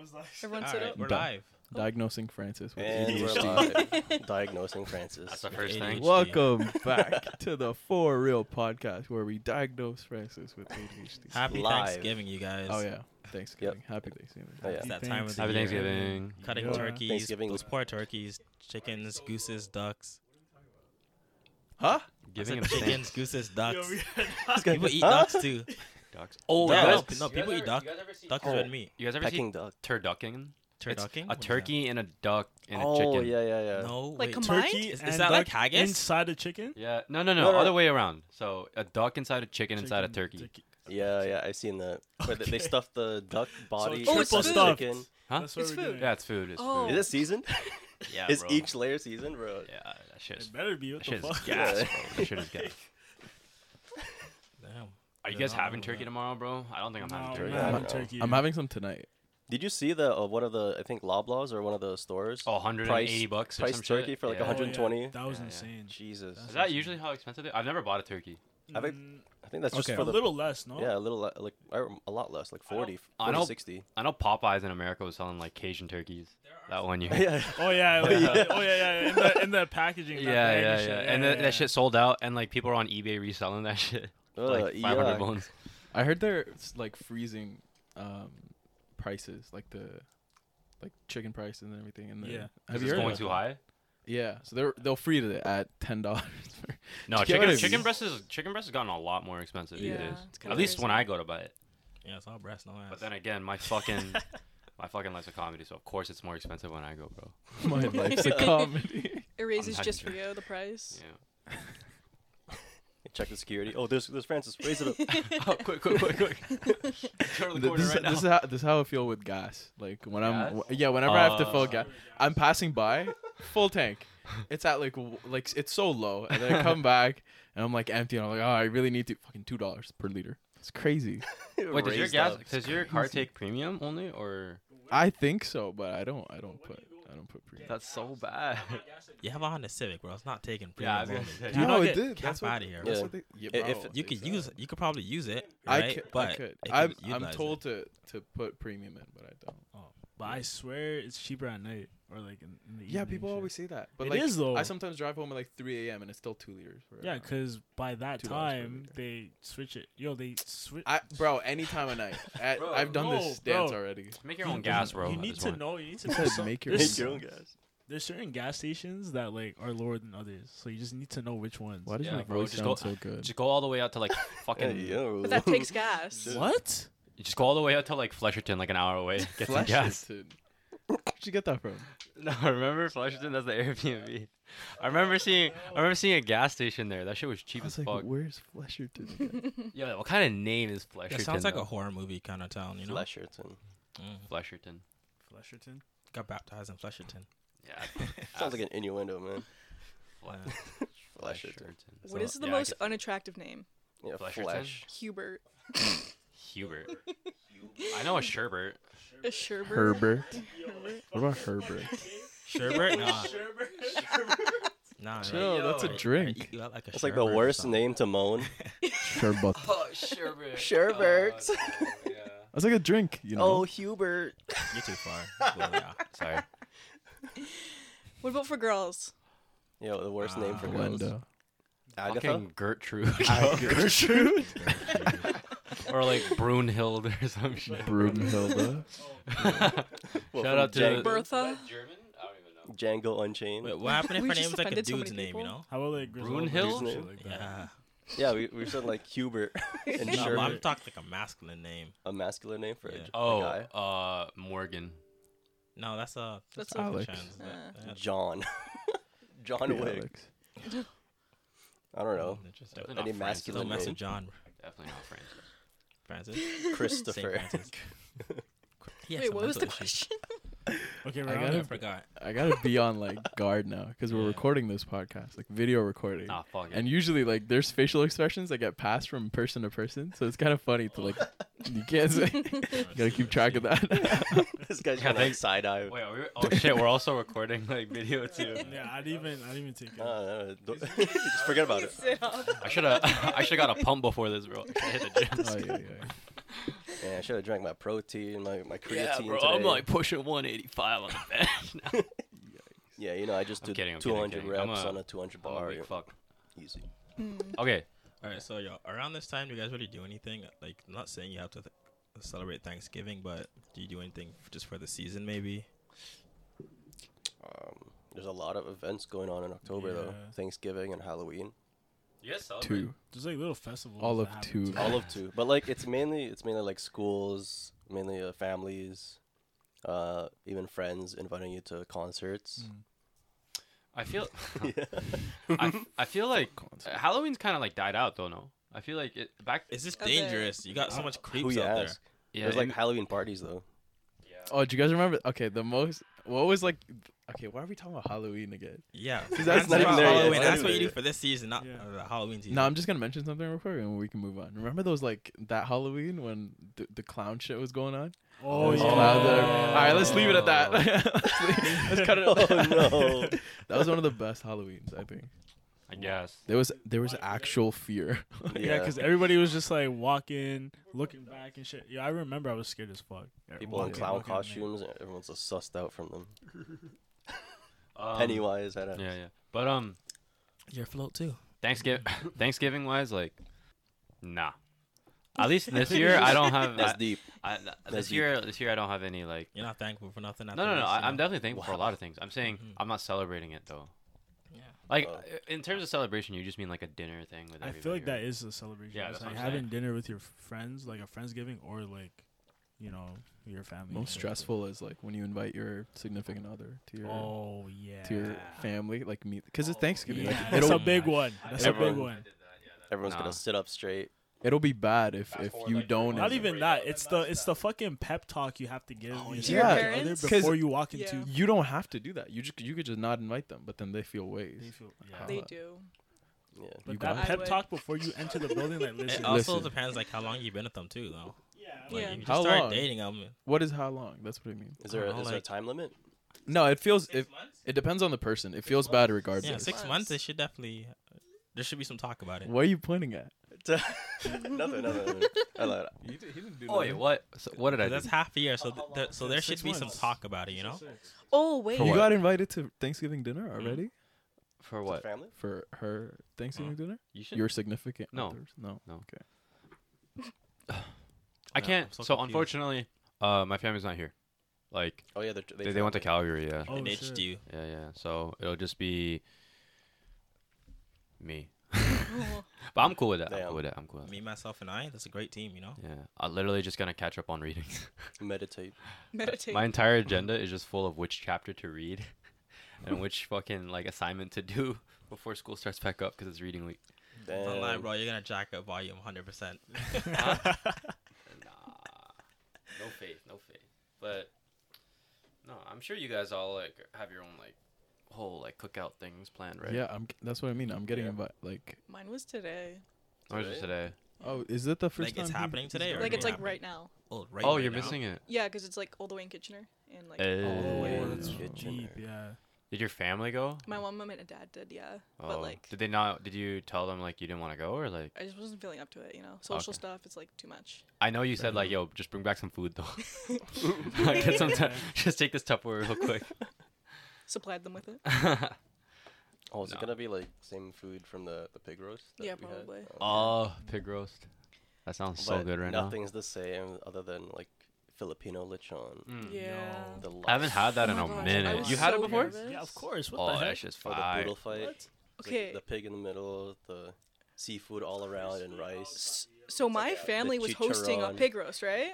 was like, Everyone All sit right, up. we're Done. live. Diagnosing Francis with And we're ADHD. live. Diagnosing That's Francis. the first ADHD. thing. Welcome back to the For Real podcast where we diagnose Francis with ADHD. Happy Live. Thanksgiving, you guys. oh yeah, Thanksgiving. Happy Thanksgiving. Oh, yeah. It's that time of the Happy year. Thanksgiving. Cutting Yeah. turkeys. Thanksgiving. Those poor turkeys, chickens, gooses, ducks. Huh? I Giving said him chickens, thanks. gooses, Yo, ducks. we People eat Huh? ducks too. Ducks. Oh, you no, guys- no, people eat duck. Duck is Oh. red meat. You guys ever Pecking seen duck. turducking? It's Turducking? A What is that? turkey and a duck and a oh, chicken. yeah, yeah, yeah. No, Like wait. combined? turkey? Turkey Is, and is that like duck haggis? Inside the chicken? Yeah. No, no, no. No, no. Other way around. So a duck inside a chicken, inside a turkey. Yeah, yeah, I've seen that. Where they- they Okay. stuff the duck body it's Oh, inside it's the food. chicken. Huh? what It's we're food. doing. Yeah, it's food. It's Oh. food. Is it seasoned? Yeah, is bro. each layer seasoned, bro? Yeah, that shit is, It better be. What the that shit is fuck? gas, Yeah. bro. That shit is gas. Damn. Are Yeah, you guys no, I having don't turkey know. tomorrow, bro? I don't think I'm No, having we're turkey. not having Yeah. turkey. I'm having some tonight. Did you see the uh, one of the I think Loblaws or one of the stores? Oh, 180 Price- bucks or price some turkey shit? for like yeah. Oh, yeah, 120? That was Yeah, yeah. insane. Jesus. Is that usually how expensive they I've never bought a turkey. I think- Mm, I think that's just Okay. for a the little less, no? yeah, a little le- like I rem- a lot less, like I don't- 40, I 40 don't- 60. I know Popeyes in America was selling like Cajun turkeys. That one year. yeah, Oh yeah. Oh, Oh yeah. yeah. Oh yeah. Yeah. In the, in the packaging. Yeah, that yeah, bag yeah. and shit. And yeah, that- yeah. that shit sold out, and like people were on eBay reselling that shit, for, Uh, like 500 yuck. bones. I heard they're it's like freezing um, prices, like the like chicken prices and everything. And the, Yeah. have it's you heard? going of- too high. Yeah, so they're they'll freeze it at ten dollars. No, Get rid chicken of chicken it. breast is chicken breast has gotten a lot more expensive these Yeah, days. it's kinda At least when crazy. I go to buy it. Yeah, it's all breast, no ass. But then again, my fucking my fucking life's a comedy, so of course it's more expensive when I go, bro. My life's a comedy. It raises just for hungry. you the price. Yeah. Check the security. Oh, there's there's Francis. Raise it up. oh, quick, quick, quick, quick! Turn the Th- corner this, right now. this is how this is how I feel with gas. Like when I'm Gas? w- yeah, whenever I have to fill Uh, gas, I'm passing by, full tank. It's at like w- like it's so low, and then I come back and I'm like empty, and I'm like, oh, I really need to fucking two dollars per liter. It's crazy. Wait, does your Raised gas up. does your car take premium only or I think so, but I don't. I don't put. I don't put pre. that's so bad. you have a Honda Civic, bro. It's not taking yeah, I was premium. gonna only. say. Do you No, not get it did. Cap That's what, out of here. That's Yeah. what they, yeah, I- if- bro, You could exactly. use it. You could probably use it, I right? could. but I could. it I'm, could I'm utilize it. told to to put premium in, but I don't. But I swear it's cheaper at night or like in, in the evening. Yeah, people and always shit. say that. But It like, is, though. I sometimes drive home at like 3 a.m. and it's still two liters. for Yeah, an hour. because by that Two dollars per time liter. they switch it. Yo, they switch. I, bro, any time of night. At, Bro, I've done this no, dance bro. already. Make your own gas, bro. You at need this to point. know. You need to It know. says some- make your there's, Make your own gas. there's certain gas stations that like are lower than others, so you just need to know which ones. Why does Yeah, my bro, voice just sound go- so good? Just go all the way out to like Yeah, fucking. yeah. But that takes gas. Shit. What? Just go all the way out to like Flesherton, like an hour away. Get some gas. Flesherton. Where'd you get that from? No, remember Flesherton? That's the Airbnb. I remember seeing. I remember seeing a gas station there. That shit was cheap I was as like, fuck. where's Flesherton? again? Yeah, what kind of name is It Flesherton? sounds like a though? horror movie kind of town, you know? Flesherton. Mm. Flesherton. Flesherton. Got baptized in Flesherton. Yeah. Sounds like an innuendo, man. Yeah. Flesherton. What is the yeah, I most get- unattractive name? Yeah, Flesherton? flesh. Hubert. Hubert. I know a Sherbert. A Uh, Sherbert. Herbert. What about Herbert? Sherbert? Nah. nah. Chill, that's a yo. drink. That's like the worst name to moan. Sherbet. Oh, Sherbert. Oh, Sherbert. yeah. That's like a drink, you Oh, know? Hubert. You're too far. Well, yeah. Sorry. What about for girls? Yo, the worst name for girls. Glenda. Agatha. Fucking Gertrude. Gertrude. or like Brunhild or some shit. Brumhilda. Well, Shout from out to- Django- Bertha. German? I don't even know. Django Unchained. Wait, what happened if We her just name's like a offended so many dude's name, you people. know? How about like Griselda? Brunhild? or shit like that? Yeah. Yeah, we we said like Hubert and No, but I'm Sherbert. talking like a masculine name. A masculine name for a Yeah. j- a, Oh, guy. uh, Morgan. No, that's a. That's a Alex. trans, isn't it? Uh, That's John. John Yeah, Wick. Alex. I don't know. interesting. Definitely Any not Francis. masculine Don't mess name. with John Definitely not Francis. Francis. Saint Christopher. Francis. He has Wait, some what was the mental issues. question? Okay, I we're got on I it. it. forgot. I gotta be on like guard now because we're Yeah. recording this podcast, like video recording. Nah, fuck it. And usually, like, there's facial expressions that get passed from person to person, so it's kind of funny to like, you can't say. you gotta keep track of that. this guy's kind of Yeah, like thanks. side eye. Wait, are we, oh shit, we're also recording like video too. Yeah, I'd even, I'd even take it. Uh, don't- just forget about it. Sit up. I should have I should have got a pump before this, bro. I shoulda hit the gym. Oh, yeah, yeah. Man, I should have drank my protein, my, my creatine Yeah, bro. today. I'm like pushing 185 on the bench. now. yeah, you know, I just I'm did kidding, I'm kidding, I'm 200 kidding. I'm reps a- on a 200 I'm a bar. big yeah, fuck. Easy. Mm, Okay. All right, so y'all around this time, do you guys really do anything? Like, I'm not saying you have to th- celebrate Thanksgiving, but do you do anything f- just for the season, maybe? Um, there's a lot of events going on in October though. Yeah. Thanksgiving and Halloween. Yes. Two. There's like little festivals. All that of happen two. too. All of two, but like it's mainly it's mainly like schools, mainly uh, families, uh, even friends inviting you to concerts. I feel. Mm. Yeah. I, I feel like Concert. uh, Halloween's kind of like died out though. No. I feel like it back. It's just Okay. dangerous. You got so much Who creeps you out there. ask? yeah. There's like in- Halloween parties though. Oh, do you guys remember? Okay, the most. What was like? Okay, why are we talking about Halloween again? Yeah, Because that's not about even there yet. Halloween. Not That's even what you there do yet. for this season, not Yeah. uh, the Halloween season. No, I'm just gonna mention something real quick, and we can move on. Remember those like that Halloween when the, the clown shit was going on? Oh, Those yeah. clowns that are- All right, let's leave it at that. Oh. let's, leave- let's cut it. off. Oh, no. that was one of the best Halloweens, I think. I guess. There was there was actual fear. Yeah, because everybody was just like walking, looking back and shit. Yeah, I remember I was scared as fuck. Yeah, people in walking, clown looking at me. costumes. and Everyone's just sussed out from them. Um, Pennywise had a Yeah, yeah. But um, Your float too. Thanksgiving, Thanksgiving wise, like, nah. At least this year, I don't have. that's I- deep. I, this that's deep. year, this year, I don't have any like. You're not thankful for nothing. No, after no, no. this, I, you I'm know? definitely thankful for a lot of things. I'm saying Mhm. I'm not celebrating it though. Yeah. Like uh, Oh. in terms of celebration, you just mean like a dinner thing with I everybody. feel like right? that is a celebration. Yeah, It's that's like what I'm having saying. dinner with your f- friends, like a friendsgiving, or like, you know, your family. and Most shit. stressful is like when you invite your significant other to your Oh yeah. to your family, like meet, because it's Thanksgiving. Yeah, Like, that's it'll a big one. That's a big Everyone- one. Everyone's Nah. gonna sit up straight. it'll be bad if if you don't. Not even that. It's the it's the fucking pep talk you have to give Oh, each yeah. other To your parents? before you walk Yeah. into. You don't have to do that. You just you could just not invite them, but then they feel ways. They feel, How- yeah. They Uh, do. Yeah. But that You got it. I pep would. talk before you enter the building, like It listen. also Listen. depends like how long you've been with them too, though. Like, Yeah. You just How start long? dating them. What is how long? That's what I mean. Is there, I a, don't is there a like- time limit? No, it feels it, months. it depends on the person. It feels bad regardless. Yeah, six Months. months. It should definitely. There should be some talk about it. What are you pointing at? nothing, nothing, nothing. I lied. He, did, he didn't do Oh wait, what? So, what did I? 'Cause Do? That's half a year, so th- there, so there Six should be some months. talk about it. You know. Oh wait. You what? got invited to Thanksgiving dinner already For what? Family? for her Thanksgiving dinner. You should. Mm-hmm. Your significant No. others? No. No. Okay. I Yeah, I'm can't. so So, confused. unfortunately, uh, my family's not here. Like Oh yeah, they're, they, they went to Calgary. Yeah. Oh, and shit. itched you. Yeah, yeah. So it'll just be me. Oh. But I'm cool with that. I'm Damn. cool with that. I'm cool. With that. Me, myself, and I. That's a great team. You know. Yeah, I'm literally just gonna catch up on reading. meditate. Meditate. My entire agenda is just full of which chapter to read, and which fucking like assignment to do before school starts back up because it's reading week. Damn. Don't lie, bro. You're gonna jack up volume 100. percent Nah, no faith, no faith. But no, I'm sure you guys all like have your own like whole like cookout things planned, right? Yeah, I'm. That's what I mean. I'm getting Yeah. invited. Like, Mine was today. Or is it today? oh, is it the first Like, time? it's he- happening he's today going? or Like it's like happened. right now. Oh, right. oh, right you're now. missing it. Yeah, because it's like all the way in Kitchener and like Eh. way Oh, in that's the kitchen deep. there. Yeah. Did your family go? my mom, mom, and dad did. Yeah, Oh, but like did they not? Did you tell them like you didn't want to go or like? I just wasn't feeling up to it. You know, social Okay. stuff. It's like too much. I know you said like, yo, just bring back some food though. Get some. tu- just take this Tupperware real quick. Supplied them with it. Oh, is No. it gonna be like same food from the, the pig roast? that Yeah, we had? probably. Okay. oh, pig roast. That sounds so But good right now. Nothing's the same other than like Filipino lechon. Mm. yeah. no. The I haven't lust had that Oh in my a gosh, I minute. was You had so it before? nervous. Yeah, of course. What Oh, the that heck? shit's for the fire. poodle fight. What? It's like Okay, the pig in the middle, the seafood all around, and rice. S- so my like a- the family was hosting a chicharrón. pig roast, right?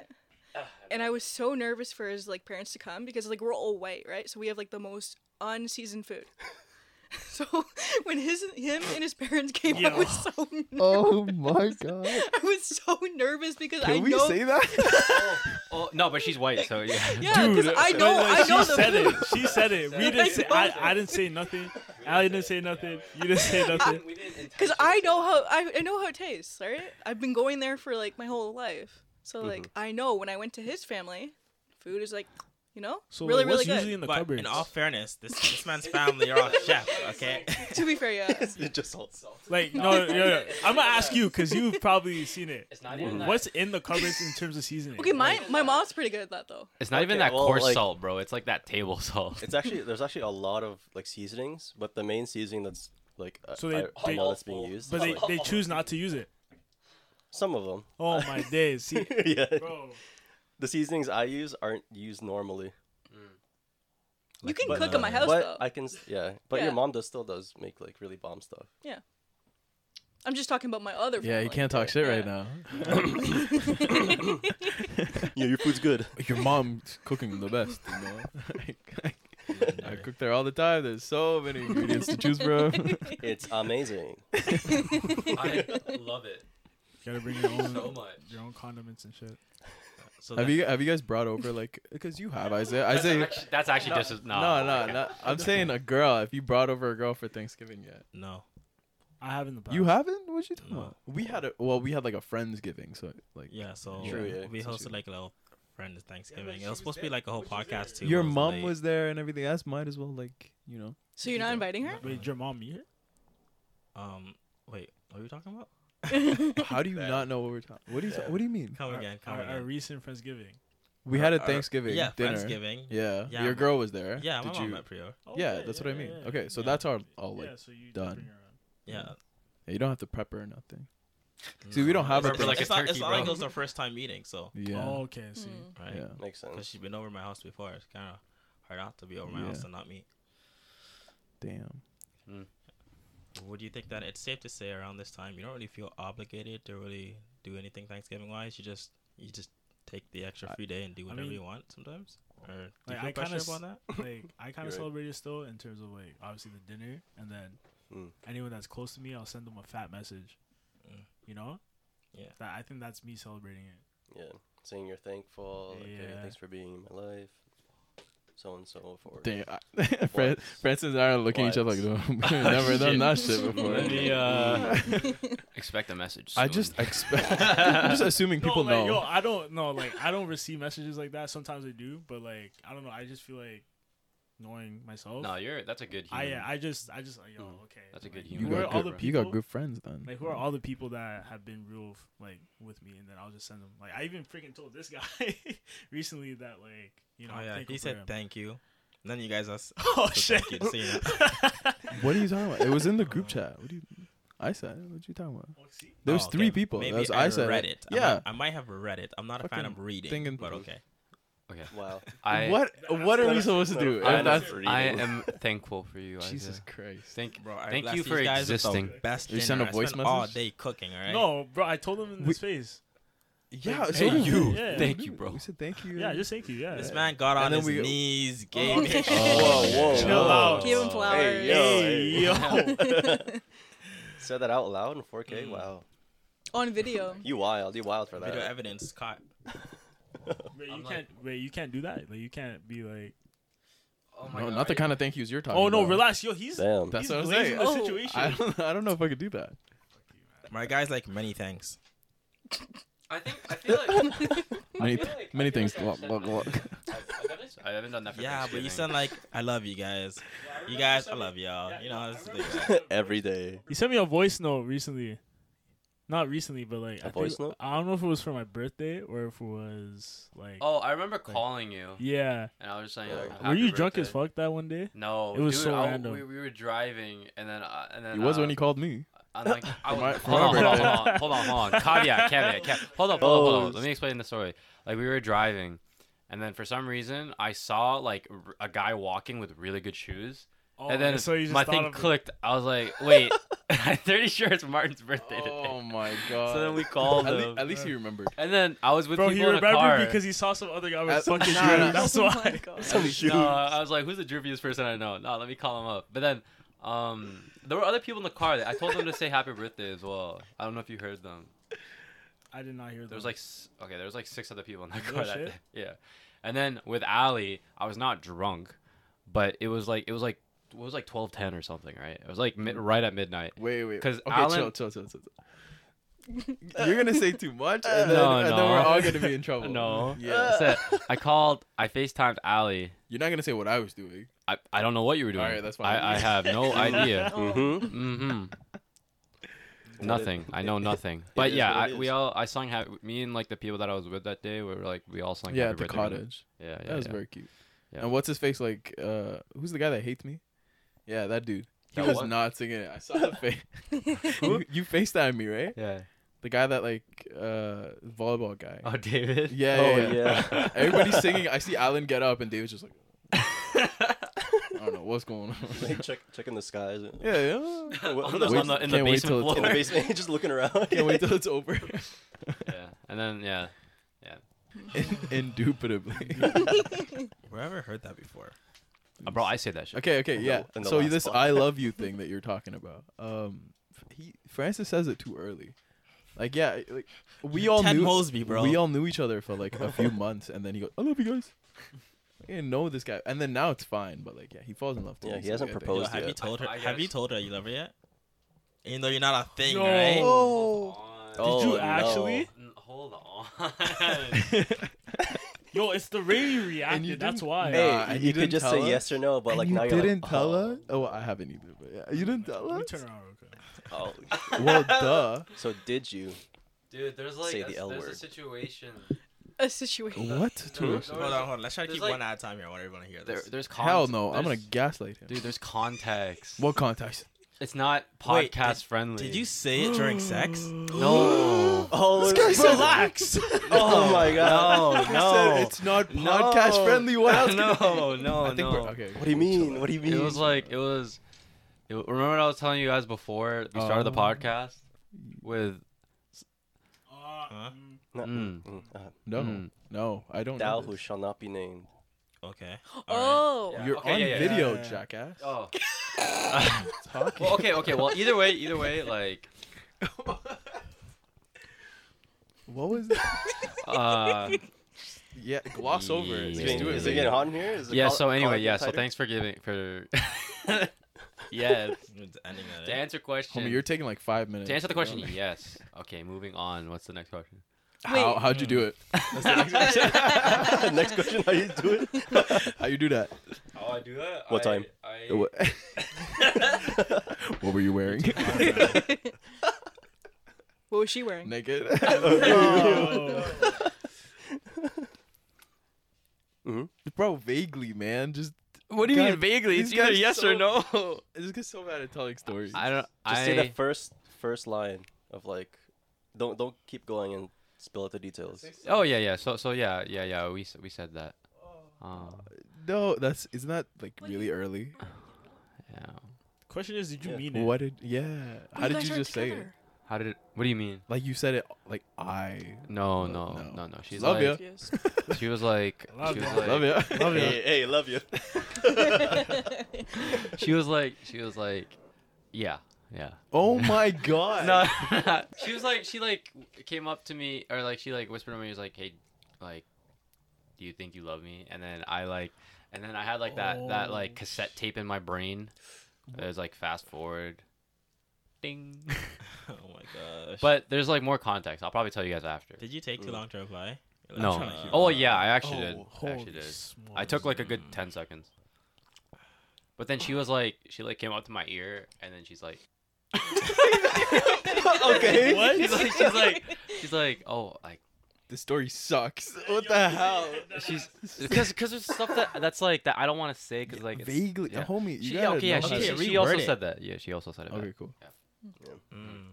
And I was so nervous for his like parents to come because like we're all white, right? So we have like the most unseasoned food. So when his him and his parents came, I was so ner- Oh my god! I was so nervous because I Can we know say that? Oh no, but she's white, so yeah. yeah because I No, know no, Oh, I know she the said food. it. She said it. We didn't Like, say. I, both- I didn't say nothing. Ali didn't say nothing. You didn't say nothing. Because I know how I, I know how it tastes, right? I've been Mm-hmm. going there for like my whole life, so like I know when I went to his family, food is like You know, So really, what's really good. usually in the but cupboards? in all fairness, this, this man's family are all chefs, okay? to be fair, yeah. It's just all like no, no, no. I'm gonna ask you because you've probably seen it. It's not even that- What's in the cupboards in terms of seasoning? Okay, my Like, my mom's pretty good at that though. It's not even Okay, that well, coarse like- salt, bro. It's like that table salt. It's actually there's actually a lot of like seasonings, but the main seasoning that's like uh, So they- I- I they- know that's being used. but is, they, like, they choose not to use it. some of them. Oh my days! See, yeah, bro, the seasonings I use aren't used normally. You can but- cook uh, at my house but though. I can, s- yeah. But Yeah. your mom does still does make like really bomb stuff. I'm just talking about my other. Yeah, you family. can't talk shit right now. yeah, your food's good. Your mom's cooking the best, you know. I cook there all the time. There's so many ingredients to choose from. It's amazing. I love it gotta bring your own so much. your own condiments and shit. So have that's- you have you guys brought over like because you have Isaiah? That's Isaiah, actually, that's actually just as, Oh no, no, no, no. I'm saying a girl. If you brought over a girl for Thanksgiving yet, No. I have in the past. you haven't. What you talking No. about? We had a well, we had like a friendsgiving, so like Yeah, so True, yeah, we it's a hosted true. like a little friend's Thanksgiving. it was supposed to be like a whole podcast too. your but it mom late. was there and everything else. Might as well like you know. So you're not inviting her? Wait, your mom you here? um wait, what are you talking about? How do you not know what we're talking? What do you Yeah. What do you mean? Come Our- again, come Our, again. our recent Friendsgiving. We had a our- Thanksgiving yeah, dinner. Thanksgiving. Yeah, Yeah, Yeah, your my- girl was there. my Did mom you? met Prior. Oh, Yeah, that's what I mean. Okay, so yeah. that's our all like. yeah, so you did done. bring her around. Yeah. Yeah, you don't have to prep her or nothing. See, we don't have a it's, We're like it's a not, it's turkey, not like bro. it was our first time meeting, so Yeah. Oh, okay. See, Mm. right. Yeah. Makes sense. Because she's been over my house before. It's kind of hard not to be over my house Yeah. and not me. Damn. Would you think that it's safe to say around this time you don't really feel obligated to really do anything Thanksgiving wise? You just you just take the extra I- free day and do whatever mean- you want sometimes. Or do you Like, feel I pressure kinda s- upon that? like I kind Hmm. You're right. of celebrate it still in terms of like obviously the dinner, and then Mm. anyone that's close to me, I'll send them a fat message. Mm. You know. Yeah. That, I think that's me celebrating it. Yeah, saying you're thankful. Like, hey, Yeah. thanks for being in my life. So and so for. Damn. I- uh, Fran- Francis and I are looking at each other like, What? "We've never done that shit before. The, Oh, uh, expect a message. I soon. just expect. I'm just assuming people no, like, Yo, know. I don't know. Like I don't receive messages like that. Sometimes I do, but like I don't know. I just feel like knowing myself. no, you're that's a good. I uh, Human. yeah. I just I just like yo Mm. okay. That's a good like, human. You Who are got, all good, the bro. you got people? good friends then. Like who are all the people that have been real f- like with me, and then I'll just send them. Like I even freaking told this guy recently that like you know oh I'm yeah, thankful he for said him. thank you. None of you guys asked. oh So shit. thank you, so you know. What are you talking about? It was in the group chat. What do you? I said. What you talking about? Oh, see? There was Oh, three okay. people. Maybe that was, I, I said. read it. I might- Yeah. I might, have read it. I'm not a fan Fucking of reading, thinking- but okay. Okay. Wow. I what? What are we that's- supposed to do? If I am, that's- I am thankful for you. Jesus Isaiah. Christ. Thank Bro, I Thank blessed you these for guys with the existing. Best You sent a dinner. I voice spent all message? day cooking, all right? No, bro. I told him in We- his face. Yeah. Thank so you. did we. Yeah. Thank We you, did. bro. We said thank you. Yeah, just thank you. Yeah. This man got on then his we- knees, Oh, Oh, gave me okay. a Whoa, whoa, Chill whoa. out. Give him Oh. flowers. Hey, yo, yo. Said that out loud in 4K. Mm. Wow. On video. You wild. You wild for Oh, that. video evidence caught. Wait, I'm you like- can't. Wait, you can't do that. Like you can't be like. Oh No, not the kind of thank yous you're talking. Oh no, about. relax, yo. He's Damn. That's he's what I'm glazing saying. the Oh. situation. I don't, I don't know if I could do that. My guy's like, many thanks. I think. I feel like. Many, feel like- many I feel things. like I've Blah, blah, blah. I haven't done that for Yeah, but you Thanksgiving. sound like, I love you guys. You guys, I love y'all. Yeah, you know, I this is remember the- Every day. He sent me a voice note recently. Not recently, but like A I think- voice note? I don't know if it was for my birthday or if it was like. Oh, I remember calling you, Yeah. and I was just saying. Yeah. like, Were Were happy you drunk as birthday. fuck that one day? No, It was dude, so I- random. We, we were driving, and then uh, and then It was uh, when he called me. I'm like, I For my- was, for hold, my on, hold on, birthday. hold on, hold on, hold on. Caveat, caveat, caveat. Hold up, hold up, hold up. Let me explain the story. Like we were driving, and then for some reason I saw like r- a guy walking with really good shoes, Oh, and then so you just my thought thing of it. clicked. I was like, wait, I'm pretty sure it's Martin's birthday Oh today. my god. So then we called at, lea- him. at least he remembered. And then I was with Bro, he people in a remembered car. because he saw some other guy with At- fucking Nah, shoes. nah. That's oh why. my God. no, I was like, who's the droopiest person I know? No, let me call him up. But then, um, there were other people in the car that I told them to say happy birthday as well. I don't know if you heard them. I did not hear that. There was like, s- okay, there was like six other people in that No car that shit. day. Yeah. And then with Ali, I was not drunk, but it was like, it was like, it was like 1210 or something, right? It was like mid- right at midnight. Wait, wait. Because okay, Alan- chill, chill, chill, chill. You're gonna say too much, and then, No, and no. then we're all gonna be in trouble. no. Yeah. That's it. I called. I FaceTimed Allie. You're not gonna say what I was doing. I, I don't know what you were doing. Alright, that's fine. I, I have no idea. Oh. Mm-hmm. hmm Nothing. I know nothing. But is yeah, what it I, we is. all I sung. Ha- me and like the people that I was with that day, we were like we all sung. yeah, Happy at the Birthday together. cottage. Yeah, yeah. That was yeah. very cute. Yeah. And what's his face like? Uh, who's the guy that hates me? Yeah, that dude. He That was what? not singing it. I saw the face. you, you FaceTime me, right? Yeah. The guy that like uh volleyball guy. Oh, David. yeah, Oh yeah, yeah. yeah. Everybody's singing. I see Alan get up, and David's just like, I don't know what's going on. Like, check checking the skies. yeah, yeah. What- on the, Wait- on the, in the can't wait basement till it's floor. in the basement, just looking around. Can't wait till it's over. yeah, and then yeah, In- indubitably. Where have I heard that before? Uh, bro, I say that shit. Okay, okay, In the- yeah. in the So last this one. "I love you" thing that you're talking about, um, f- he Francis says it too early. Like, yeah, like we all Ted knew Mosby, bro. we all knew each other for like a few months, and then he goes, "I love you guys." I didn't know this guy, and then now it's fine. But like, yeah, he falls in love. too Yeah, he easily, hasn't I think. proposed. Yo, have Posed you yet. told her? I Have you guess. told her you love her yet? Even though you're not a thing, No. right? Oh, you no. actually? Hold on. Yo, it's the way you reacted. That's didn't- why. Hey, Hey, Nah, and you you could didn't just tell say us? yes or no, but And like you now you're didn't like, tell oh, us. Oh, I haven't either, but yeah, you didn't tell Let me us. turn around real quick. Oh. well, duh. So did you? Dude, there's like Say a, the L there's a word. situation. a situation. What No, situation? no, Hold on, hold on. Let's try to There's keep like- one at a time here. I want everyone to hear There, this. there's con- Hell no! I'm gonna there's- gaslight him. Dude, there's contacts. What context? It's not Wait, podcast did- friendly. Did you say it during sex? No. Oh, This guy said- Relax. oh my god. I No, no. said it's not No. podcast friendly. What else? can it be? No, no, I think no. we're okay. What do you mean? What do you mean? It was like it was. It, remember what I was telling you guys before we started the Oh. podcast with Uh, Huh? mm, No, mm, Mm. mm, No, Mm. Hmm. no, I don't uh, know. Thou who this. shall not be named. okay. All Oh, Yeah. You're Okay, on yeah, yeah, video, yeah. jackass. Oh. Talking. well, okay, okay. Well, either way, either way, like What was that? uh Yeah, gloss over it. Yeah. Is Just it getting, do it. is it getting hot in here? Is the yeah, collar- so collar anyway, getting yeah, so tighter? thanks for giving for Yes. right. It's ending at To it. answer question. Homie, you're taking like five minutes. to answer the you know? question, yes. Okay, moving on. What's the next question? How, Wait. Mm. how'd you do it? Oh next question, how you do it? How you do that? Oh, I do that. What I- time? What, what were you wearing? what was she wearing? Naked. oh. Bro, vaguely, man. Just What do you mean God, vaguely? It's these guys either yes or no. this gets so bad at telling stories. I don't. Just I say the first first line of like, don't don't keep going and spill out the details. Oh yeah, yeah. So so yeah, yeah, yeah. We s- we said that. Oh, Um, no, that's isn't that like really early? yeah. Question is, did you Yeah. mean it? What did? Yeah. Oh, How did guys you aren't just say it? together. How did? It, what do you mean? Like you said it. Like I. No, no, Oh, no. no, no. She's Love like. Yes. She was like. Love she was ya. like. Love it. Love it. Hey, hey, love you. She was like. She was like. Yeah, yeah. Oh my god. No. she was like. She like came up to me or like she like whispered to me. Was like, hey, like, do you think you love me? And then I like. And then I had like that that like Oh, cassette tape in my brain. It was like fast forward. Ding. Oh my gosh. But there's like more context. I'll probably tell you guys after. did you take too Mm. long to reply? You're like, No. trying to hear Oh that. yeah, I actually Oh, did. I holy actually did. I took like a good ten seconds. But then she was like, she like came up to my ear, and then she's like, okay. What? she's like, she's like, she's like, oh, like, This story sucks. What the hell? she's because because there's stuff that that's like that I don't want to say because like it's, Vaguely, yeah. homie. You She, gotta okay, yeah, know she, how to- she, it. she also Reword it. said that. Yeah, she also said it. Okay, cool. Mm.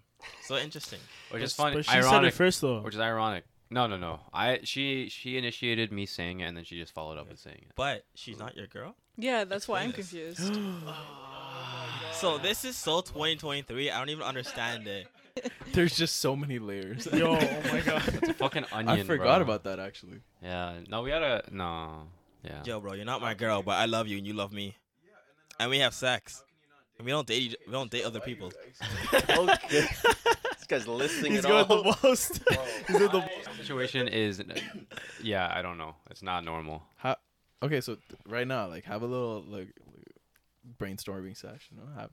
So interesting. Which is But- funny, But she said ironic. it first though. Which is ironic. No, no, no. I she she initiated me saying it, and then she just followed up with saying it. But she's not your girl. yeah, that's why I'm Explain confused. So this is so 2023. I don't even understand it. There's just so many layers. Yo, oh my god. It's a fucking onion. I forgot bro. about that actually. Yeah. No, we gotta. No. Yeah. Yo, bro, you're not my girl, but I love you and you love me, and we have sex. And we don't date. Each, we don't date other people. okay. this guy's listing He's it got all. the most. He's got the. situation is yeah i don't know it's not normal How, okay, so th- Hmm. right now, like, have a little like, like, brainstorming session. You know? have,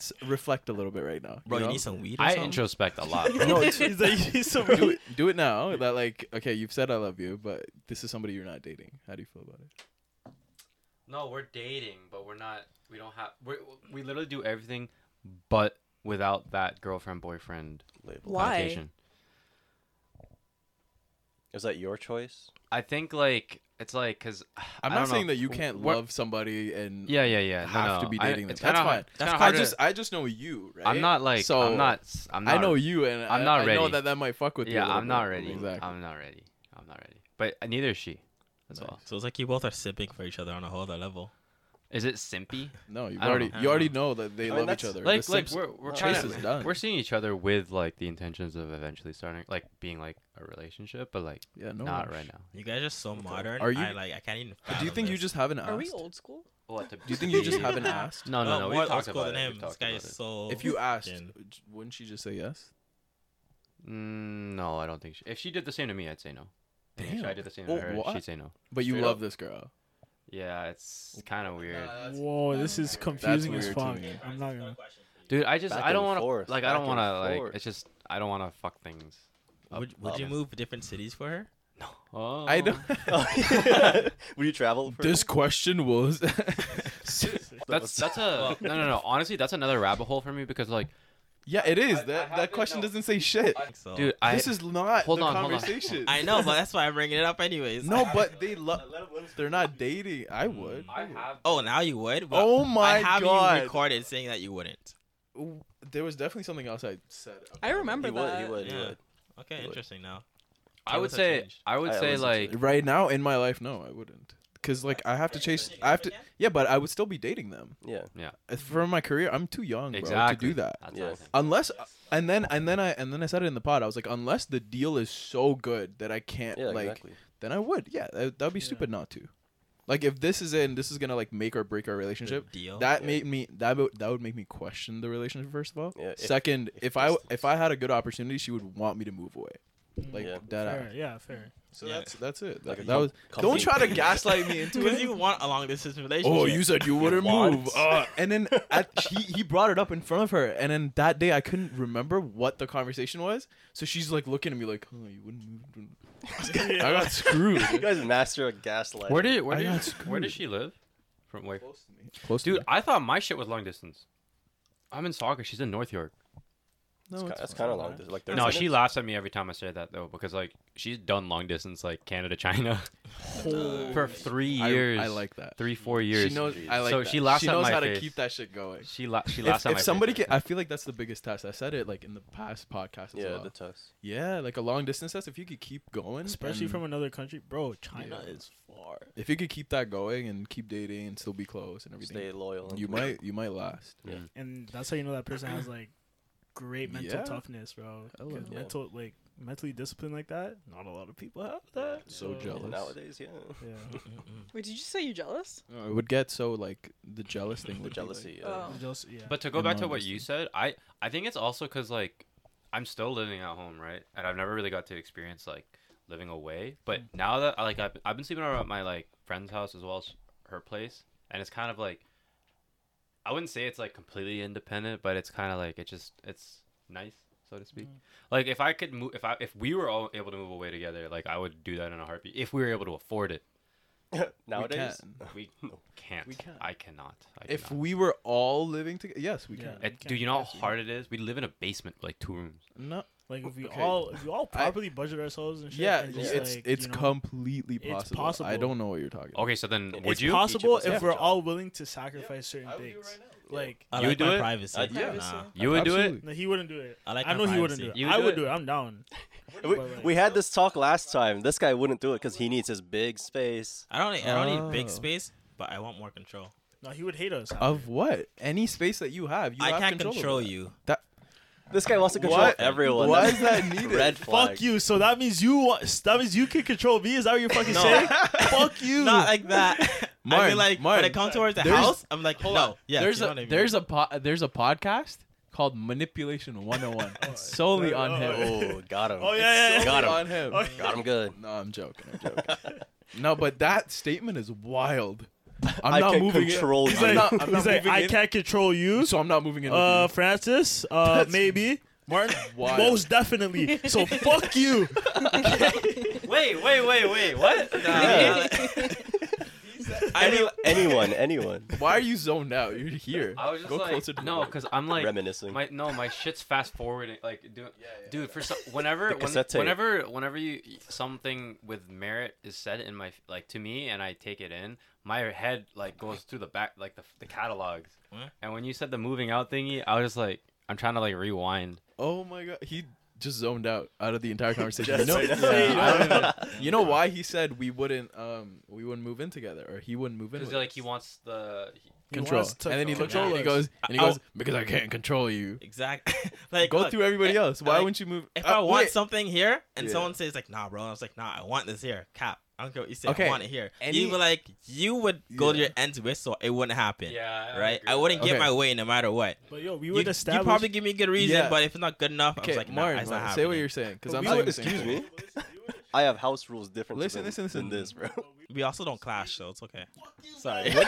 s- reflect a little bit right now. Bro, you know? need some weed or I something? introspect a lot. bro. No, it's- He's like, he's so do it, do it now. That like, okay, you've said I love you, but this is somebody you're not dating. How do you feel about it? No, we're dating, but we're not. We don't have. We we literally do everything, but without that girlfriend boyfriend label. Why? connotation. Is that your choice? I think like it's like because I'm not saying that you can't love somebody and Yeah, yeah, yeah. no, have to no, be I- dating them. it's That's kinda hard- fine. it's That's kinda fine. I hard to- just I just know you, right? I'm not like. So, I'm not. s- I'm not. I know you, and I'm I- not I know ready. that that might fuck with you. a Yeah, little I'm not bit. ready. Exactly. I'm not ready. I'm not ready. But neither is she. As well. So it's like you both are sipping for each other on a whole other level. Is it simpy? No, you I don't already know. you already know that they I mean, love each that's- other. like The like Simps- we're we're No, trying Chase to, is done. we're seeing each other with like the intentions of eventually starting like being like a relationship, but like yeah, no. not rush. right now. You guys are so modern. Are you- I, like I can't even. Do you fathom think you this. just haven't asked? Are we old school? What? Do Do you think you just haven't asked? No, no, Oh, no. more We've talked old school about than it. him. We've This talked guy about is it. so. If you asked, Fucking- wouldn't she just say yes? Mm, no, I don't think. She, if she did the same to me, I'd say no. And If I Damn. did the same Oh, to her, what? she'd say no. But you Straight love up. this girl. Yeah, it's kind of weird, Whoa, this is confusing as weird to fuck. me. I'm not gonna. dude. I just Back I don't and want forth, to like I back don't and want to like. forth. It's just I don't want to fuck things. up. Would, would you up. move different cities for her? Oh. I don't. Would you travel? For this question was. That's that's a no no no. Honestly, that's another rabbit hole for me because like, yeah, it is. I- I that that haven't- question no. doesn't say shit. I think so. dude, I this is not Hold the on, hold on. conversation. I know, but that's why I'm bringing it up anyways. no, but they love. They're not dating. I would. Mm. I have Oh, now you would. But Oh I my have you god. recorded saying that you wouldn't. Ooh, There was definitely something else I said. I remember He would. that. He would. He Yeah. would. Okay, interesting. Now I Tables would have say changed. I would I say listen to like Right now in my life, no, I wouldn't. Cause like I have to chase. I have to. Yeah, but I would still be dating them. Yeah. As For my career, I'm too young bro, exactly to do that. That's Yeah. what I'm saying. unless and then and then I and then I said it in the pod. I was like, unless the deal is so good that I can't Yeah. like, exactly. then I would. Yeah, that would be Yeah. stupid not to. Like if this is it and this is gonna like make or break our relationship, deal. that Yeah. made me that would that would make me question the relationship first of all. Yeah, if- Second, if if, I this- Mm, if I had a good opportunity, she would want me to move away. Like Yeah. that. Fair, yeah, fair. So Yeah. that's that's it. Like That- a that com- was. Don't company- try to gaslight me into because it. you want a long distance relationship. Oh, you said you wouldn't want. move. Uh, and then at, he, he brought it up in front of her. And then that day, I couldn't remember what the conversation was. So she's like looking at me like, oh, you wouldn't move. you wouldn't move." I got screwed. You guys master of gaslighting. Where did where I did, got where screwed. does she live? From where? Close to me. Close Dude, I thought my shit was long distance. I'm in Saga. She's in North York. no, It's ki- it's That's fine. kind of long. Like No, 30 seconds. she laughs at me every time I say that though, because like she's done long distance, like Canada, China, for three I- years. I, like that. three, four years. She knows. I like So that. she laughs at knows my how face. to keep that shit going. She la- she laughs If, at if my somebody face. can, I feel like that's the biggest test. I said it like in the past podcast. As Yeah, well. the test. yeah, like a long distance test. If you could keep going, Especially and- from another country, bro. China Yeah. is far. if you could keep that going and keep dating and still be close and everything, Stay loyal. and you committed. might you might last. and that's how you know that person has like great mental Yeah. toughness, bro. Hella, 'Cause yeah. Mental like mentally disciplined like that. Not a lot of people have that. So jealous. Nowadays, yeah. Yeah, Wait, did you say you're jealous? No, it would get so like the jealous thing. The would be, like- jealousy. Oh. Yeah. I'm jealous- yeah. But to go And back to long what you said, I I think it's also because like I'm still living at home, right? And I've never really got to experience like living away. But Mm. now that I like I've, I've been sleeping over at my like friend's house as well as her place, and it's kind of like I wouldn't say it's like completely independent, but it's kind of like it just it's nice, so to speak. Mm. Like if I could move, if I if we were all able to move away together, like I would do that in a heartbeat if we were able to afford it. Nowadays, oh. can. We can't. We can't. I cannot. I if cannot. we were all living together, yes, we Yeah. can. It, do you know how hard it is? We live in a basement, with, like two rooms. No, like if we okay. all if we all I- properly budget ourselves and shit. yeah, and just, it's like, it's you know, completely it's possible. I possible. don't know what you're talking. about. Okay, so then It's would It's you? possible Each of us if have we're a job. all willing to sacrifice certain things. Like I You like do my it? privacy. I- yeah. yeah. Nah. You would do it. Absolutely. no, he wouldn't do it. I like I my know he wouldn't privacy. do it. You would I do would it? do it. I'm down. we, But, like- we had this talk last time. This guy wouldn't do it because he needs his big space. I don't. Need, I don't need big Oh. space, but I want more control. No, he would hate us. Of what? Any space that you have, you I have can't control, control over that. you. That This guy wants to control What? everyone. Why That's is that a needed? Red flag. Fuck you. So that means you. wa- That means you can control me. Is that what you're fucking saying? Fuck you. Not like that. I Martin, mean, like when Martin, it comes towards the there's- house, I'm like, no. Yeah, there's you know a what I mean? there's a po- there's a podcast called Manipulation 101 It's solely on him. Oh, got him. Oh, yeah, yeah, yeah. Got him. on him. Oh, yeah. Got him good. No, I'm joking. I'm joking. no, but that statement is wild. I'm I not can moving it. control He's you. like, not- I'm not he's like, moving I in." can't control you. so I'm not moving in. with uh, you. Francis, uh, maybe. Martin, wild. most definitely. So fuck you. Wait, wait, wait, wait. What? Nah, Yeah. I mean, anyone, anyone. why are you zoned out? You're here. I was just Go closer to like, the no, mic. because I'm like, Reminiscing. my no, my shit's fast forwarding. Like, dude, dude, for some, whenever, The when- cassette tape. whenever, whenever you something with merit is said in my like to me, and I take it in, my head like goes through the back, like the, the catalogs. What? And when you said the moving out thingy, I was just like, I'm trying to like rewind. Oh my god, he just zoned out out of the entire conversation. you, Just know, out. zoned I don't even- you know why he said we wouldn't um we wouldn't move in together or he wouldn't move in Because with like us? he wants the. he- control. wants to and then he looks at me and he control us. goes and he I- goes because I can't control you. Exactly. like Go look, through everybody eh, else. Why like, wouldn't you move? If Uh, I want wait. something here and Yeah. someone says like, nah, bro, I was like, nah, I want this here. Cap. I don't care what you say. Okay, I want it here. any- you were like, you would go to Yeah. your ends with, so it wouldn't happen. Yeah. Right. agree I Oh, with wouldn't that. get Okay. my way no matter what. But yo, we You, would you establish. probably give me a good reason, Yeah. but if it's not good enough, I Okay, was like, nah, Martin, it's not Martin, happening. say what you're saying because I'm we saying would- the same excuse thing. me. I have house rules different. Listen, than, listen, listen. than this, bro. We also don't clash, so it's okay. Sorry. Doing,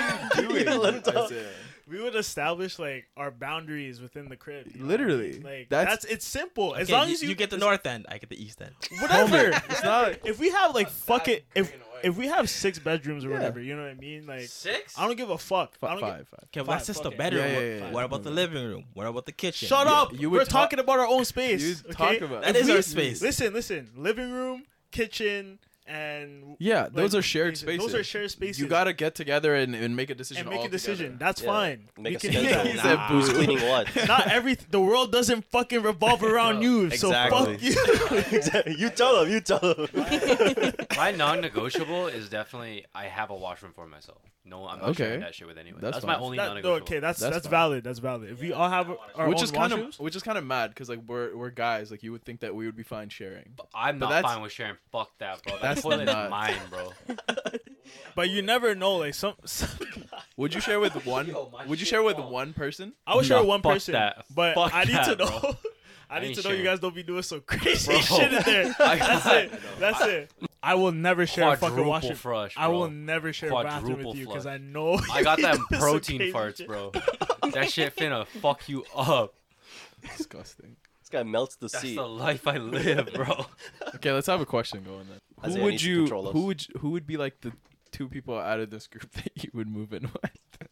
Yeah, let him I talk. said. we would establish like our boundaries within the crib. you know? Literally. like That's- that's, it's simple. as Okay, long as you, get the as- north end, I get the east end. whatever. It's not. if we have like fuck it, if Korean if we have six bedrooms or Yeah. whatever, you know what I mean? Like Six. I don't give a fuck. I Five, don't give- five, five. Okay, well, Fine, that's just the fuck it. bedroom. Yeah, yeah, yeah, what yeah. about the living room? What about the kitchen? Shut You- up. you would We're talk- talking about our own space. You okay? talk about That If is we- our space. Listen, listen. Living room, kitchen, and Yeah, like, those are shared these- spaces. Those are shared spaces. You gotta get together and, and make a decision. and make all a decision. together. That's Yeah. fine. Make we can a schedule. He said Nah. boo. Who's cleaning what? Not every the world doesn't fucking revolve around you. Exactly. So fuck you. Exactly. you tell him. You tell him. My non-negotiable is definitely I have a washroom for myself. No, I'm not Okay. sharing that shit with anyone. That's That's, my fine. only That- no, non-negotiable. okay, that's That's that's, fine. valid. That's valid. If we all have our which own is kind washrooms- of which is kind of mad because like we're we're guys like you would think that we would be fine sharing. I'm But not that's- fine with sharing. Fuck that, bro. That That's toilet nuts. is mine, bro. but you never know. Like some, some Would you share with one? Yo, my would you shit share with fall. one person? I would No, share with one fuck person, that. but Fuck I need to that, know. I I need ain't to know sharing. you guys don't be doing some crazy Bro. shit in there. I That's got- it. That's it. I will never share a fucking Quadruple washroom. flush, bro. I will never share a bathroom Quadruple with you because flush. I know. I you got be them doing some protein crazy farts, shit. bro. that shit finna fuck you up. Disgusting. This guy melts the That's seat. the life I live, bro. Okay, let's have a question going then. Isaiah Who would needs to you? control us. Who would who would be like the two people out of this group that you would move in with?